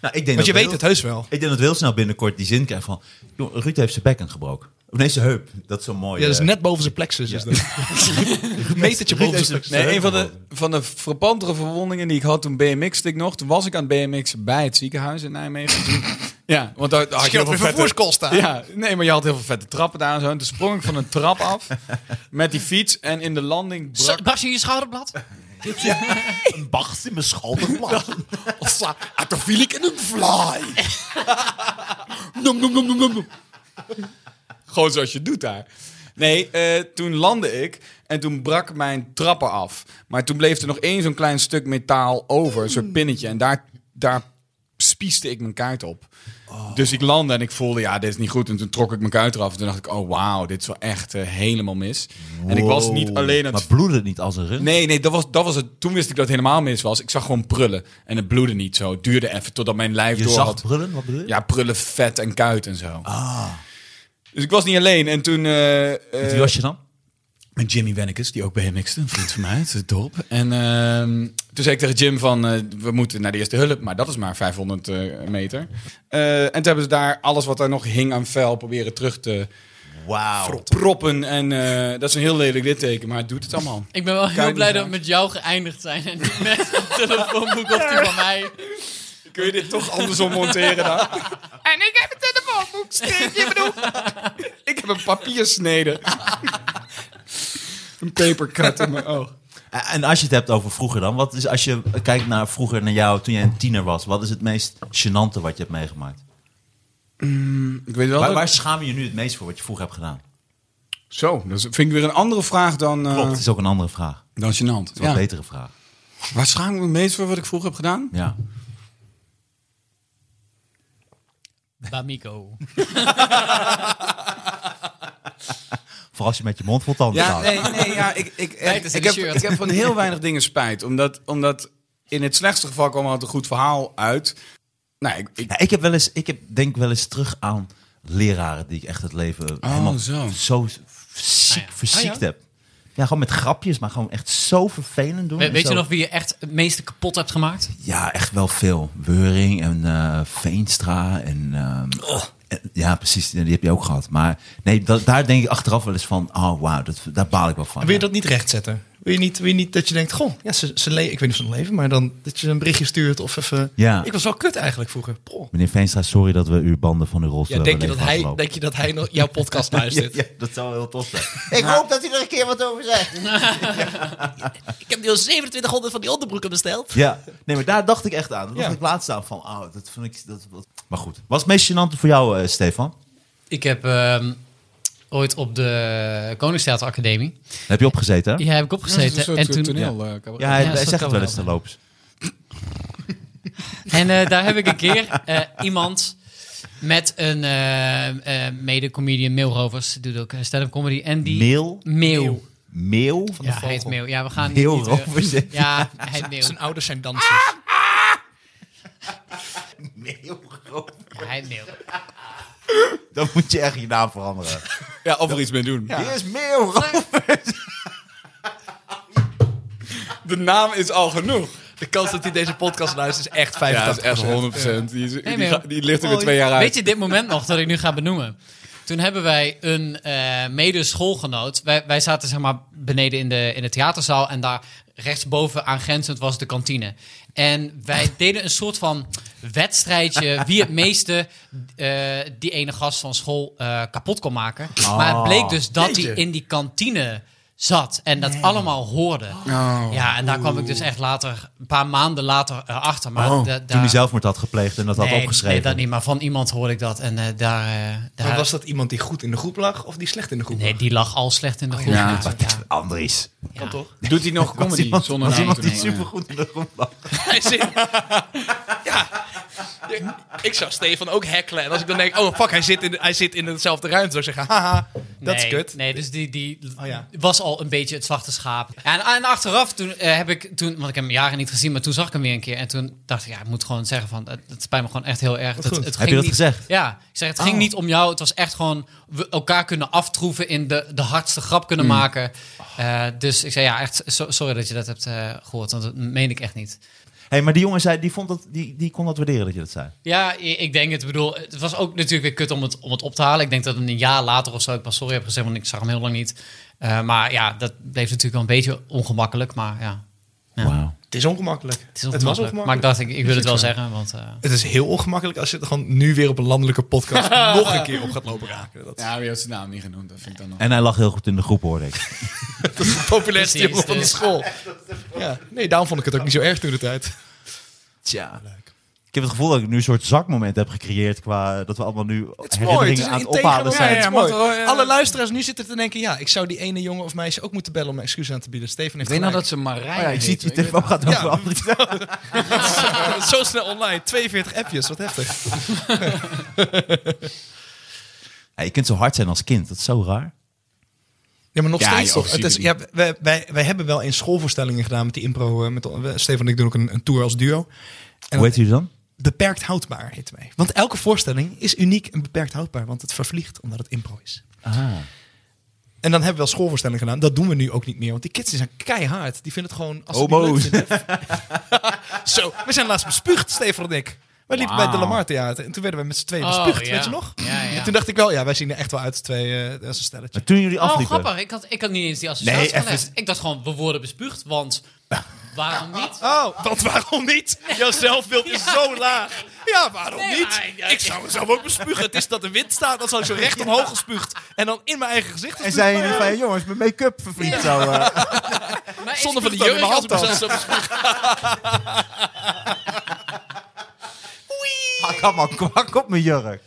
Speaker 2: Nou, ik denk
Speaker 4: Want je
Speaker 2: dat
Speaker 4: weet
Speaker 2: heel-
Speaker 4: het heus wel.
Speaker 2: Ik denk dat we heel snel binnenkort die zin krijgen van... joh, Ruud heeft zijn bekken gebroken. Of nee, zijn heup. Dat is zo mooi.
Speaker 4: Ja, dat is
Speaker 2: eh,
Speaker 4: net boven zijn plexus. Is dat. [LAUGHS] Een Metertje boven zijn plexus.
Speaker 5: Nee, een van de, van de frappantere verwondingen die ik had toen BMX ik nog. Toen was ik aan het BMX bij het ziekenhuis in Nijmegen. Toen- ja, want daar, daar
Speaker 4: Scheelt
Speaker 5: had je heel veel
Speaker 4: weer
Speaker 5: vette...
Speaker 4: vervoerskosten.
Speaker 5: Ja, nee, maar je had heel veel vette trappen daar en zo. En toen sprong ik van een trap af met die fiets en in de landing
Speaker 3: Zo-
Speaker 5: brak...
Speaker 3: Bas je in je schouderblad?
Speaker 2: een bacht in mijn schouderblad.
Speaker 5: Ah, toen viel ik in een fly. nom, nom, nom, nom, nom, nom. Gewoon zoals je doet daar. Nee, eh, toen landde ik en toen brak mijn trappen af. Maar toen bleef er nog één zo'n klein stuk metaal over, een soort pinnetje. En daar, daar spieste ik mijn kuit op. Dus ik landde en ik voelde, ja, dit is niet goed. En toen trok ik mijn kuit eraf. En toen dacht ik, oh wauw, dit is wel echt eh, helemaal mis. En ik was niet alleen aan het
Speaker 2: Maar bloedde het niet als een rund?
Speaker 5: Nee, nee, dat was, dat was het. Toen wist ik dat het helemaal mis was. Ik zag gewoon prullen. En het bloedde niet zo. Het duurde even totdat mijn lijf
Speaker 2: je
Speaker 5: door
Speaker 2: zag
Speaker 5: had.
Speaker 2: brullen? Wat bedoel je?
Speaker 5: Ja, prullen, vet en kuit en zo. Dus ik was niet alleen. En toen... eh, eh,
Speaker 2: Wie was je dan?
Speaker 5: met Jimmy Wennekes, die ook BMX'te, een vriend van mij uit het dorp. En ehm, toen zei ik tegen Jim van, eh, we moeten naar de eerste hulp, maar dat is maar 500 eh, meter. Eh, en toen hebben ze daar alles wat daar nog hing aan vuil proberen terug te
Speaker 2: Wauw.
Speaker 5: proppen. En eh, dat is een heel lelijk litteken, maar het doet het allemaal.
Speaker 3: Ik ben wel
Speaker 5: Kijk
Speaker 3: heel
Speaker 5: niet
Speaker 3: blij dat
Speaker 5: aan.
Speaker 3: we met jou geëindigd zijn. En niet met het telefoonboek of die van mij.
Speaker 5: Kun je dit toch andersom monteren dan?
Speaker 7: [LAUGHS] En ik heb een telefoonboek, streepje bedoel.
Speaker 5: [LAUGHS] Ik heb een papiersnede. een papercut in mijn oog.
Speaker 2: En als je het hebt over vroeger dan, wat is als je kijkt naar vroeger, naar jou toen jij een tiener was, wat is het meest gênante wat je hebt meegemaakt?
Speaker 5: Ik weet wel
Speaker 2: Waar,
Speaker 5: dat-
Speaker 2: waar schaam je je nu het meest voor wat je vroeger hebt gedaan?
Speaker 5: Zo, dat is- vind ik weer een andere vraag dan, eh
Speaker 2: Klopt, is ook een andere vraag.
Speaker 5: dan gênant.
Speaker 2: Het is wel
Speaker 5: Ja.
Speaker 2: een betere vraag.
Speaker 5: Waar schaam ik me het meest voor wat ik vroeger heb gedaan?
Speaker 2: Ja.
Speaker 4: [LAUGHS]
Speaker 3: Bamico.
Speaker 2: Vooral als je met je mond vol tanden
Speaker 5: Ja,
Speaker 2: staat.
Speaker 5: nee, nee, ja, ik, ik,
Speaker 3: Kijk,
Speaker 5: ik,
Speaker 3: het is
Speaker 5: ik,
Speaker 3: een
Speaker 5: heb,
Speaker 3: shirt.
Speaker 5: ik heb van heel weinig dingen spijt. Omdat, omdat in het slechtste geval kwam er altijd een goed verhaal uit. Nou, ik, ik,
Speaker 2: Ja, ik heb wel eens, ik heb, denk wel eens terug aan leraren die ik echt het leven helemaal
Speaker 5: zo.
Speaker 2: zo, ziek,
Speaker 3: Ah, ja.
Speaker 2: verziekt
Speaker 3: Ah, ja?
Speaker 2: heb. Ja, gewoon met grapjes, maar gewoon echt zo vervelend doen.
Speaker 3: We-
Speaker 2: en
Speaker 3: weet je
Speaker 2: zo.
Speaker 3: nog wie je echt het meeste kapot hebt gemaakt?
Speaker 2: Ja, echt wel veel. Weuring en eh, Veenstra en... ehm,
Speaker 4: Oh.
Speaker 2: en- Ja, precies. Die heb je ook gehad. Maar nee, dat, daar denk ik achteraf wel eens van... Oh, wauw, dat, daar baal ik wel van.
Speaker 4: Wil je
Speaker 2: ja.
Speaker 4: dat niet rechtzetten? Wil je niet, wil je niet dat je denkt, goh, ja, ze, ze le- ik weet niet of ze nog leven, maar dan dat je een berichtje stuurt of even...
Speaker 2: Ja.
Speaker 4: Ik was wel kut eigenlijk vroeger. Poh.
Speaker 2: Meneer Veenstra, sorry dat we uw banden van uw rolstoel
Speaker 4: Ja, denk, je
Speaker 2: hebben
Speaker 4: dat
Speaker 2: laten
Speaker 4: hij,
Speaker 2: lopen.
Speaker 4: denk je dat hij nog jouw
Speaker 3: [LAUGHS]
Speaker 4: podcast luistert?
Speaker 2: [LAUGHS] Ja, dat zou heel tof zijn.
Speaker 4: Ik hoop dat hij er een keer wat over zegt. Ik heb nu al 2700 van die onderbroeken besteld.
Speaker 2: [LAUGHS] Ja, nee, maar daar dacht ik echt aan. Dat
Speaker 4: Ja.
Speaker 2: dacht ik laatst aan van, oh, dat vond ik... Dat, dat- Maar goed, wat is het meest gênante voor jou, eh, Stefan?
Speaker 3: Ik heb ehm, ooit op de Koningstheateracademie.
Speaker 2: Daar heb je opgezeten, hè?
Speaker 3: Ja, heb ik
Speaker 5: dat is een
Speaker 3: opgezeten.
Speaker 5: soort
Speaker 3: en toen,
Speaker 5: toneel, eh, cabaret.
Speaker 2: Ja, hij,
Speaker 3: Ja,
Speaker 2: hij
Speaker 3: dat
Speaker 2: zegt
Speaker 3: kan
Speaker 2: het wel
Speaker 3: wel.
Speaker 2: eens te loops.
Speaker 3: En eh, daar heb ik een keer eh, iemand met een eh, eh, mede-comedian, Meel Rovers, die doet ook eh, stand-up comedy. En die...
Speaker 2: Meel?
Speaker 3: Meel.
Speaker 2: Meel?
Speaker 3: Ja, hij heet Meel. Ja, we gaan
Speaker 2: Meel
Speaker 3: niet, eh,
Speaker 2: Rovers, hè?
Speaker 3: Ja, hij
Speaker 4: [LAUGHS]
Speaker 3: heet Meel.
Speaker 4: Zijn ouders zijn dansers.
Speaker 3: Ja, hij heet Meel.
Speaker 2: Dan moet je echt je naam veranderen.
Speaker 5: ja, of er iets mee doen.
Speaker 2: Hier is Meel Rovers.
Speaker 5: De naam is al genoeg.
Speaker 4: De kans dat hij deze podcast luistert is echt 85%.
Speaker 5: Ja, dat is echt 100 Die, is- die,
Speaker 3: nee.
Speaker 5: ga- die ligt er weer twee jaar uit.
Speaker 3: Weet je dit moment nog dat ik nu ga benoemen? Toen hebben wij een eh medeschoolgenoot. Wij, wij zaten zeg maar beneden in de, in de theaterzaal. En daar rechtsboven aangrenzend was de kantine. En
Speaker 5: [LAUGHS]
Speaker 3: wij deden een soort van wedstrijdje. Wie het meeste eh, die ene gast van school eh, kapot kon maken.
Speaker 5: Oh.
Speaker 3: Maar het bleek dus dat hij in die kantine zat. En dat allemaal hoorde.
Speaker 5: Oh.
Speaker 3: Ja, en daar kwam ik dus echt later, een paar maanden later eh, achter. Maar
Speaker 5: Oh,
Speaker 3: da-
Speaker 2: Toen
Speaker 3: daar-
Speaker 2: hij zelfmoord had gepleegd en dat had opgeschreven.
Speaker 3: Nee, dat niet, maar van iemand hoorde ik dat. En eh, daar, eh, daar...
Speaker 4: Maar was dat iemand die goed in de groep lag of die slecht in de groep
Speaker 3: Nee,
Speaker 4: lag?
Speaker 3: die lag al slecht in de groep.
Speaker 5: ja.
Speaker 3: Ja.
Speaker 2: Andries.
Speaker 3: Ja.
Speaker 4: toch?
Speaker 5: Doet hij nog comedy
Speaker 2: iemand-
Speaker 5: zonder
Speaker 2: was
Speaker 5: naam eh.
Speaker 2: iemand
Speaker 5: te
Speaker 2: die
Speaker 5: noemen?
Speaker 2: supergoed in de grond lag.
Speaker 4: [LAUGHS] Hij zit... ja. Ik, ik zou Stefan ook hekkelen. En als ik dan denk, oh fuck, hij zit in, de- hij zit in dezelfde ruimte. Dan zou ik zeggen, haha, dat is
Speaker 3: Nee,
Speaker 4: kut.
Speaker 3: Nee, dus die, die
Speaker 4: Oh ja.
Speaker 3: was al een beetje het zwarte schaap. En, en achteraf toen eh, heb ik toen, want ik heb hem jaren niet gezien, maar toen zag ik hem weer een keer. En toen dacht ik, ja, ik moet gewoon zeggen van, het, het spijt me gewoon echt heel erg. Het,
Speaker 4: Oh, goed.
Speaker 3: het
Speaker 2: Heb je dat
Speaker 3: niet-
Speaker 2: gezegd? Oh.
Speaker 3: Ja, ik zeg, het ging niet om jou. Het was echt gewoon we elkaar kunnen aftroeven in de, de hardste grap kunnen
Speaker 2: Mm.
Speaker 3: maken. Eh, dus ik zei, ja, echt so- sorry dat je dat hebt eh, gehoord, want dat meen ik echt niet.
Speaker 2: hey, maar die jongen zei, die, vond dat, die, die kon dat waarderen dat je dat zei.
Speaker 3: Ja, i- ik denk het. Ik bedoel, het was ook natuurlijk weer kut om het, om het op te halen. Ik denk dat een jaar later of zo ik pas sorry heb gezegd, want ik zag hem heel lang niet. Eh, maar ja, dat bleef natuurlijk wel een beetje ongemakkelijk. Maar ja, Ja.
Speaker 2: Wauw.
Speaker 4: Het is ongemakkelijk.
Speaker 3: het is ongemakkelijk.
Speaker 4: was ongemakkelijk.
Speaker 3: Maar ik dacht, ik, ik wil het wel zeggen, want... eh,
Speaker 4: Het is heel ongemakkelijk als je het gewoon nu weer op een landelijke
Speaker 5: [LAUGHS]
Speaker 4: podcast nog een keer op gaat lopen raken. [LAUGHS] Dat is
Speaker 5: Ja, wie heeft zijn naam niet genoemd? Dat vind ik dan nog.
Speaker 2: En hij lag heel goed in de groep, hoorde ik.
Speaker 4: de populairste
Speaker 3: Precies,
Speaker 4: jongen van de
Speaker 3: dus.
Speaker 4: school. Ja. Nee, daarom vond ik het ook niet zo erg toen de tijd.
Speaker 2: Tja. Ik heb het gevoel dat ik nu een soort zakmoment heb gecreëerd qua dat we allemaal nu herinneringen aan het ophalen zijn.
Speaker 5: Ja, ja, maar het is mooi.
Speaker 4: Alle luisteraars nu zitten te denken, ja, ik zou die ene jongen of meisje ook moeten bellen om excuses aan te bieden. Steven
Speaker 5: Ik
Speaker 4: heeft
Speaker 5: weet nou dat
Speaker 4: gelijk.
Speaker 5: ze Marijn
Speaker 2: Oh ja, ik zie het, je
Speaker 5: heet. Ik weet-
Speaker 2: telefoon gaat over
Speaker 4: Ja.
Speaker 2: Andries.
Speaker 4: [LAUGHS] zo snel online. 42 appjes, wat heftig.
Speaker 2: Ja, je kunt zo hard zijn als kind, dat is zo raar.
Speaker 4: Ja, maar nog
Speaker 5: Ja,
Speaker 4: steeds
Speaker 5: je
Speaker 4: toch? Het
Speaker 5: overziet
Speaker 4: is, ja,
Speaker 5: het
Speaker 4: wij, wij, wij hebben wel eens schoolvoorstellingen gedaan met die impro. eh, Met, we- Steven en ik doen ook een, een tour als duo. En
Speaker 2: Hoe heet jullie dan?
Speaker 4: Beperkt houdbaar heet wij. Want elke voorstelling is uniek en beperkt houdbaar. Want het vervliegt omdat het impro is. En dan hebben we wel schoolvoorstellingen gedaan. Dat doen we nu ook niet meer. Want die kids die zijn keihard. Die vinden [LAUGHS] het gewoon... Als ze het niet
Speaker 2: Homo's.
Speaker 4: leuk vinden- Zo, we zijn laatst bespuugd, Stefan en ik. We liepen bij het De Lamar Theater. En toen werden we met z'n tweeën
Speaker 3: Oh,
Speaker 4: bespuugd,
Speaker 3: ja.
Speaker 4: weet je nog?
Speaker 3: Ja, ja.
Speaker 4: En toen dacht ik wel, ja, wij zien er echt wel uit, twee, eh, als een stelletje.
Speaker 2: [LAUGHS] Maar toen jullie
Speaker 3: Oh,
Speaker 2: afliepen...
Speaker 3: grappig. Ik had, ik had niet eens die associatie
Speaker 2: Nee, even-
Speaker 3: gelegd. Ik dacht gewoon, we worden bespuugd,
Speaker 5: [LAUGHS]
Speaker 3: want waarom niet?
Speaker 4: Oh, want waarom niet? Jouw zelfbeeld is zo laag. Ja, waarom
Speaker 3: Nee,
Speaker 4: niet?
Speaker 3: maar, ja,
Speaker 4: ik zou mezelf ook bespugen. Het is dat de wind staat, dan zou ik zo recht omhoog gespuugd. En dan in mijn eigen gezicht
Speaker 2: En
Speaker 4: gespuugd.
Speaker 2: zei jullie van, jongens, mijn make-up vervliegt zo. eh.
Speaker 3: Maar ik-
Speaker 4: Zonder van de
Speaker 3: ik-
Speaker 4: jeugd als ik
Speaker 3: handtas.
Speaker 4: mezelf zo bespuug.
Speaker 2: ik had maar kwak op mijn jurk.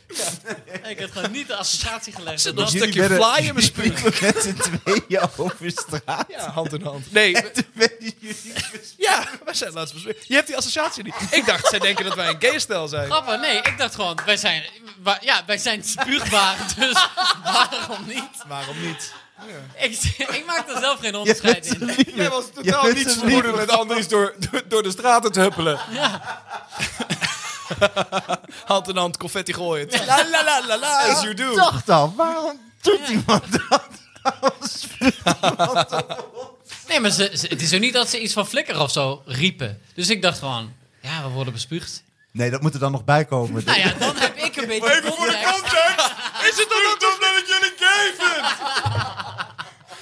Speaker 3: Ik had gewoon niet de associatie gelegd.
Speaker 4: Zit
Speaker 3: Dat-
Speaker 4: nog een
Speaker 2: jullie
Speaker 4: stukje
Speaker 2: werden-
Speaker 4: fly in mijn spuug.
Speaker 2: Liepen [LAUGHS] met z'n tweeën over straat.
Speaker 4: Ja, hand in hand. Nee, we-
Speaker 2: Toen werden jullie...
Speaker 4: ja, wij zijn laatst bespuugd. Je hebt die associatie niet. Ik dacht, zij denken dat wij een gay stel zijn.
Speaker 3: Grappig, nee, ik dacht gewoon, wij zijn, wa- ja, wij zijn spuugbaar, [LAUGHS] dus waarom niet?
Speaker 4: Waarom niet?
Speaker 3: Ik, ik maak er zelf
Speaker 2: Je
Speaker 3: geen
Speaker 2: bent
Speaker 3: onderscheid
Speaker 2: z'n
Speaker 3: in.
Speaker 2: liever-
Speaker 5: Hij was
Speaker 2: totaal
Speaker 5: totaal
Speaker 2: bent niet
Speaker 5: niet
Speaker 2: zo vermoeden lief.
Speaker 5: met Andries door, door, de straten te huppelen.
Speaker 4: Hand in hand confetti gooien. La la la la la. As you do.
Speaker 2: dacht al, waarom doet iemand dat?
Speaker 3: Nee, maar ze, ze- het is ook niet dat ze iets van flikker of zo riepen. Dus ik dacht gewoon, ja, we worden bespuugd.
Speaker 2: Nee, dat moet er dan nog bij komen.
Speaker 3: Nou ja, dan heb ik een beetje context.
Speaker 4: Is het dan ook dat ik jullie gay vind?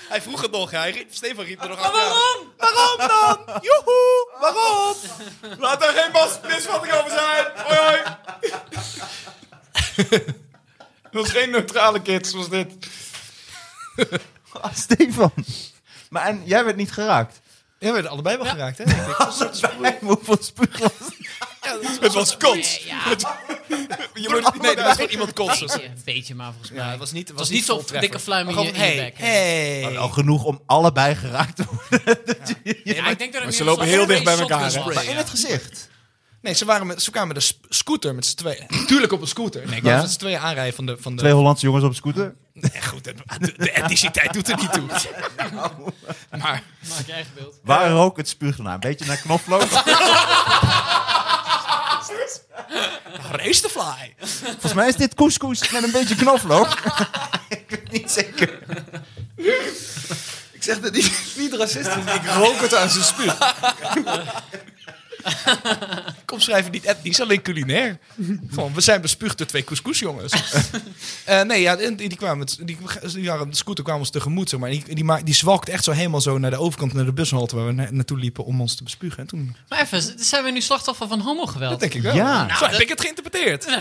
Speaker 4: Hij vroeg het nog, hij riep, Stefan riep er nog aan.
Speaker 3: Waarom?
Speaker 4: Waarom dan? Joehoe, waarom?
Speaker 5: Laat er geen misvatting over zijn. Hoi
Speaker 2: [LAUGHS]
Speaker 4: [LAUGHS]
Speaker 5: hoi. Dat was geen neutrale kids, was dit.
Speaker 2: Ah, [LAUGHS] Stefan. Maar en jij werd niet [LAUGHS] geraakt.
Speaker 4: Ja, we werden allebei wel geraakt, hè?
Speaker 2: [LAUGHS]
Speaker 4: denk ik.
Speaker 2: Bij hoeveel spuug was het?
Speaker 5: Het was kots.
Speaker 3: Nee, ja, een
Speaker 5: Je wordt
Speaker 4: Nee, er was gewoon iemand
Speaker 3: beetje,
Speaker 4: kotsen.
Speaker 3: een beetje maar volgens mij.
Speaker 4: Ja,
Speaker 3: het
Speaker 4: het
Speaker 3: was,
Speaker 4: was niet, het was
Speaker 3: niet zo'n
Speaker 4: vol
Speaker 3: dikke
Speaker 4: treffer.
Speaker 3: fluim in je,
Speaker 4: Gewoon,
Speaker 3: in je
Speaker 4: hey,
Speaker 3: bek. hè.
Speaker 4: hey.
Speaker 2: Al genoeg om allebei geraakt te worden.
Speaker 3: Ja, maar ik denk dat het
Speaker 5: Maar ze
Speaker 3: meer
Speaker 5: lopen
Speaker 3: een
Speaker 5: heel
Speaker 3: soort
Speaker 5: dicht bij
Speaker 3: shotgun
Speaker 5: elkaar, hè?
Speaker 3: was.
Speaker 5: Maar
Speaker 2: In het gezicht.
Speaker 4: Nee, ze, waren met, ze kwamen met een sp- scooter met z'n tweeën. [CLEARS THROAT] Tuurlijk op een scooter. Nee, ik
Speaker 2: Ja?
Speaker 4: was met z'n tweeën aanrijden van de... Van de
Speaker 2: Twee Hollandse jongens op scooter.
Speaker 4: Nee, goed, de, de- de etniciteit doet er niet toe. Maar
Speaker 3: Maak je eigen beeld.
Speaker 2: Waar rook het spuug naar? Een beetje naar knoflook?
Speaker 4: race the fly.
Speaker 2: [LAUGHS] Volgens mij is dit couscous met een beetje [LAUGHS] knoflook. Ik weet niet zeker.
Speaker 5: Ik zeg dat niet, niet racistisch. Ik rook het aan zijn spuug.
Speaker 4: Kom schrijven niet etnisch, alleen culinair. Gewoon, we zijn bespuugd door twee
Speaker 3: [LAUGHS]
Speaker 4: couscousjongens. Eh nee, ja, en die, die kwamen, met- die, die waren, de scooter kwam ons tegemoet, zeg maar. Die, die, ma- die zwalkte echt zo helemaal zo naar de overkant, naar de bushalte waar we na- naartoe liepen om ons te bespugen. En toen,
Speaker 3: Maar even, zijn we nu slachtoffer van homogeweld?
Speaker 4: dat denk ik wel.
Speaker 2: Ja.
Speaker 3: Nou,
Speaker 4: zo heb ik het geïnterpreteerd.
Speaker 3: [LAUGHS]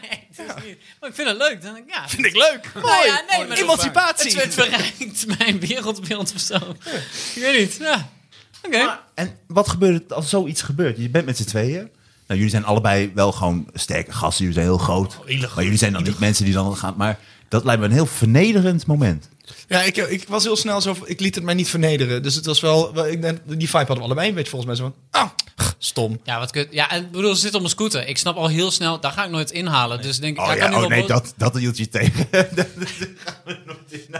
Speaker 3: Nee, het is niet. Maar ik vind het leuk. Dan denk ik, ja.
Speaker 4: Vind ik leuk.
Speaker 3: Nou ja, nee, maar
Speaker 4: Emancipatie.
Speaker 3: Het, het verrijkt mijn wereldbeeld of zo. Ik weet niet. Ja. Oké.
Speaker 2: En wat gebeurt er als zoiets gebeurt? Je bent met z'n tweeën. Nou, jullie zijn allebei wel gewoon sterke gasten. Jullie zijn heel groot.
Speaker 4: Oh,
Speaker 2: maar jullie zijn dan niet mensen die dan gaan... Maar dat lijkt me een heel vernederend moment.
Speaker 4: Ja, ik, ik was heel snel zo. van, Ik liet het mij niet vernederen. Dus het was wel. wel- Ik, denk, die vibe hadden we allebei een beetje volgens mij zo. van, Ah, stom.
Speaker 3: Ja, wat kut. Ja, en ik bedoel, ze zitten op een scooter. Ik snap al heel snel, daar ga ik nooit inhalen. Dus ik denk ik,
Speaker 2: Oh
Speaker 3: daar kan
Speaker 2: ja,
Speaker 3: nu
Speaker 2: oh
Speaker 3: wel
Speaker 2: nee,
Speaker 3: boos-
Speaker 2: dat, dat hield je tegen.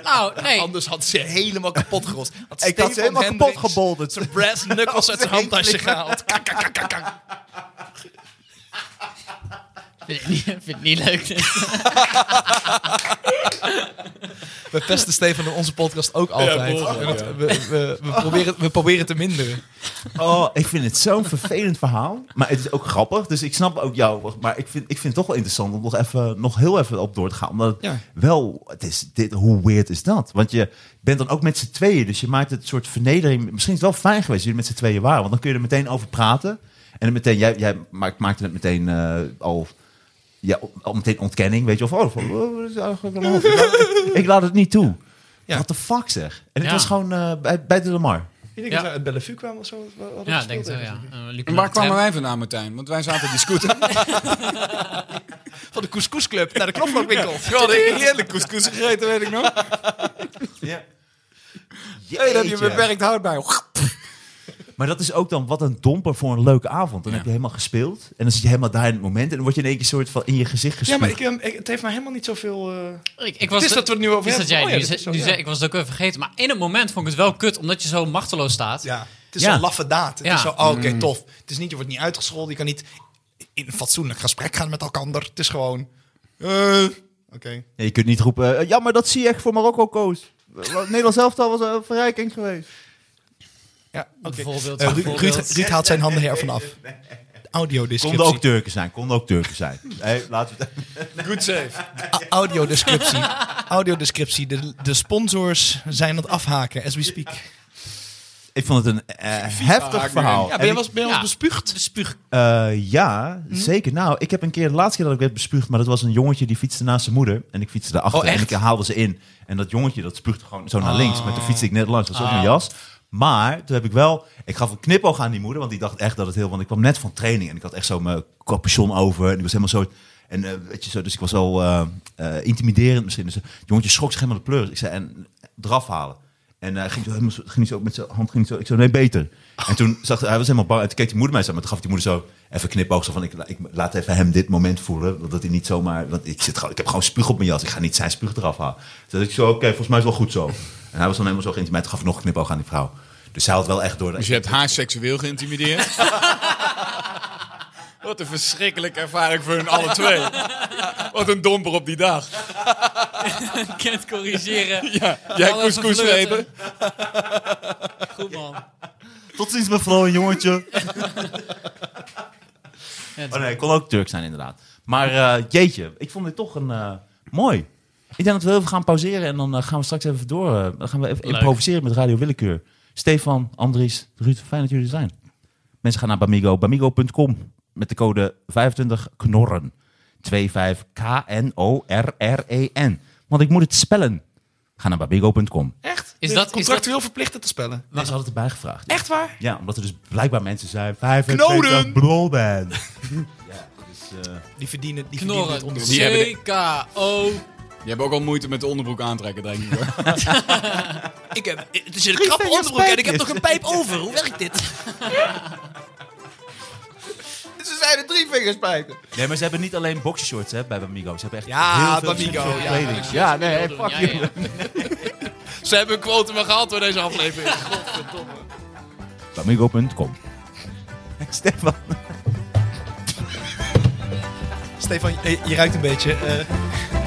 Speaker 3: Nou, nee.
Speaker 4: Anders had ze helemaal
Speaker 2: [LAUGHS]
Speaker 4: kapot gerost.
Speaker 2: Ik
Speaker 4: Had
Speaker 2: had
Speaker 4: Stefan
Speaker 2: ze helemaal
Speaker 4: Hendricks
Speaker 2: kapot gebolderd.
Speaker 4: Zijn brass knuckles uit zijn handtasje gehaald. Kak, kak, kak, kak, kak.
Speaker 3: Vind ik niet, vind ik niet leuk.
Speaker 4: We pesten Stefan in onze podcast ook altijd.
Speaker 5: Ja, boven,
Speaker 4: Want we, we, we, proberen, we proberen te minderen.
Speaker 2: Oh, ik vind het zo'n vervelend verhaal. Maar het is ook grappig. Dus ik snap ook jou. Maar ik vind, ik vind het toch wel interessant om nog, even, nog heel even op door te gaan. Omdat het
Speaker 4: Ja.
Speaker 2: wel, het is, dit, hoe weird is dat? Want je bent dan ook met z'n tweeën. Dus je maakt het soort vernedering. Misschien is het wel fijn geweest dat jullie met z'n tweeën waren. Want dan kun je er meteen over praten. En dan meteen, jij, jij maakt, maakte het meteen eh, al, ja, al meteen ontkenning. Weet je, of oh, van, oh, wat is er eigenlijk aan de hand? Ik
Speaker 4: [LAUGHS]
Speaker 2: laat- Ik laat het niet toe.
Speaker 4: Ja.
Speaker 2: What the fuck zeg. En het
Speaker 3: Ja.
Speaker 2: was gewoon eh, bij, bij de Lamar.
Speaker 4: Ik denk
Speaker 3: Ja.
Speaker 4: dat we uit Bellevue kwamen of zo. we hadden
Speaker 3: Ja,
Speaker 4: gespeeld
Speaker 3: ik denk zo,
Speaker 4: ergens.
Speaker 3: ja. En we liepen
Speaker 5: En
Speaker 3: naar
Speaker 5: waar
Speaker 3: de
Speaker 5: kwamen
Speaker 3: tram.
Speaker 5: wij vandaan, Martijn? Want wij zaten op die [LAUGHS] scooter.
Speaker 4: Van de couscousclub [LAUGHS] naar de knoflookwinkel.
Speaker 5: We hadden heerlijk couscous gegeten, weet ik nog.
Speaker 2: [LAUGHS] Ja.
Speaker 5: Hey, dat heb je beperkt hout bij.
Speaker 2: Maar dat is ook dan wat een domper voor een leuke avond. Dan
Speaker 5: Ja.
Speaker 2: heb je helemaal gespeeld. En dan zit je helemaal daar in het moment. En dan word je in één keer soort van in je gezicht
Speaker 4: Ja,
Speaker 2: gespuugd.
Speaker 4: maar ik, ehm, ik- het heeft mij helemaal niet zoveel... eh,
Speaker 3: Ik, ik was
Speaker 4: Het is dat we het nu
Speaker 3: het
Speaker 4: over
Speaker 3: is
Speaker 4: hebben.
Speaker 3: dat jij
Speaker 4: Oh ja,
Speaker 3: nu
Speaker 4: dat
Speaker 3: ze-
Speaker 4: is zo,
Speaker 3: nu
Speaker 4: ja.
Speaker 3: zei, Ik was het ook even vergeten. Maar in het moment vond ik het wel kut, omdat je zo machteloos staat.
Speaker 4: Ja. Het is
Speaker 2: Ja. Mm.
Speaker 4: zo'n laffe daad. Het
Speaker 3: Ja.
Speaker 4: is zo, oh, oké, tof. Het is niet, je wordt niet uitgescholden. Je kan niet in een fatsoenlijk gesprek gaan met elkaar. Het is gewoon... eh, oké.
Speaker 2: Ja, je kunt niet roepen, eh, jammer dat zie je echt voor Marokko koos. Nederland zelf was een verrijking geweest.
Speaker 4: Ja, oké.
Speaker 3: Bijvoorbeeld.
Speaker 4: Eh, Ru-
Speaker 3: bijvoorbeeld.
Speaker 4: Ruud, Ruud haalt zijn handen ervan af. Audiodescriptie.
Speaker 2: Konden ook Turken zijn, konden ook Turken zijn. Hey, laten we het-
Speaker 5: Good save.
Speaker 4: A- [LAUGHS] Audiodescriptie. Audiodescriptie. De, de sponsors zijn aan het afhaken, as we speak.
Speaker 2: ik vond het een eh, heftig verhaal.
Speaker 4: Ja, ben
Speaker 2: En
Speaker 4: je
Speaker 2: ik-
Speaker 4: wel eens- ben je wel eens bespuugd?
Speaker 3: Bespuug.
Speaker 2: Eh, ja,
Speaker 4: Hm?
Speaker 2: zeker. Nou, ik heb een keer, de laatste keer dat ik werd bespuugd, maar dat was een jongetje die fietste naast zijn moeder. En ik fietste daarachter
Speaker 4: Oh,
Speaker 2: en
Speaker 4: echt? Ah.
Speaker 2: ik haalde ze in. En dat jongetje dat spuugde gewoon zo naar links. Maar toen fietste ik net langs, dat was ook mijn jas. Maar toen heb ik wel, ik gaf een knipoog aan die moeder, want die dacht echt dat het heel, want ik kwam net van training en ik had echt zo mijn capuchon over. En ik was helemaal zo, en eh, weet je zo, dus ik was al eh, eh, intimiderend misschien. Dus het jongetje schrok zich helemaal de pleurs. Ik zei, en eraf halen. En hij ging zo helemaal zo, ging zo met zijn hand ging zo. Ik zo, nee, beter. En toen zag hij, hij was helemaal bang. En toen keek die moeder mij zo. Maar toen gaf die moeder zo even knipoog. Zo van, ik, ik laat even hem dit moment voelen. want Dat hij niet zomaar... Want ik, zit, gewoon- ik heb gewoon spuug op mijn jas. Ik ga niet zijn spuug eraf halen. Toen dacht ik zo, oké, volgens mij is het wel goed zo. En hij was dan helemaal zo geïntimideerd. Toen gaf ik nog een knipoog aan die vrouw. Dus zij had wel echt door...
Speaker 5: Dus je hebt haar seksueel geïntimideerd. [LAUGHS] Wat een verschrikkelijke ervaring voor hun alle twee. Wat een domper op die dag.
Speaker 3: [LAUGHS] Kent corrigeren.
Speaker 5: Ja, jij
Speaker 3: Alles
Speaker 5: couscous
Speaker 3: verflirten.
Speaker 5: eten.
Speaker 3: Goed man.
Speaker 2: Tot ziens, mevrouw en jongetje. oh nee, ik kon ook Turk zijn, inderdaad. Maar eh, jeetje, ik vond dit toch een... eh, mooi. Ik denk dat we even gaan pauzeren en dan eh, gaan we straks even door. eh, dan gaan we even improviseren met Radio Willekeur. Stefan, Andries, Ruud, fijn dat jullie er zijn. Mensen gaan naar Bamigo, bamigo.com met de code 25KNORREN. 25-K-N-O-R-R-E-N. E Want ik moet het spellen. Ga naar bamigo.com.
Speaker 3: Is
Speaker 4: Echt? Ben je
Speaker 3: dat- Nou, is
Speaker 4: contractueel verplicht het te spellen?
Speaker 2: Dat is altijd erbij gevraagd.
Speaker 4: Echt waar?
Speaker 2: Ja, omdat er dus blijkbaar mensen zijn. 25
Speaker 4: Knoden!
Speaker 2: [LAUGHS] broodband. eh,
Speaker 4: Die verdienen, die verdienen het
Speaker 3: Knorren.
Speaker 4: onderwijs.
Speaker 5: Die hebben de-
Speaker 3: C-K-O.
Speaker 5: Je hebt ook al moeite met de onderbroek aantrekken, denk ik. hoor.
Speaker 4: Ik heb, het is een krappe onderbroek en ik heb nog een pijp over. Hoe werkt dit? Ze zijn er drie vingers pijpen.
Speaker 2: Nee, maar ze hebben niet alleen boxershorts hè, bij Bamigo. Ze hebben echt
Speaker 4: Ja,
Speaker 2: heel veel
Speaker 4: Bamigo,
Speaker 2: verschillende
Speaker 4: ja.
Speaker 2: kleding. Ja, nee, hey, fuck
Speaker 3: Ja,
Speaker 2: you.
Speaker 3: ja.
Speaker 4: [LAUGHS] Ze hebben een quotum maar gehaald door deze aflevering.
Speaker 2: Bamigo.com Stefan.
Speaker 4: Stefan, je, je ruikt een beetje. eh,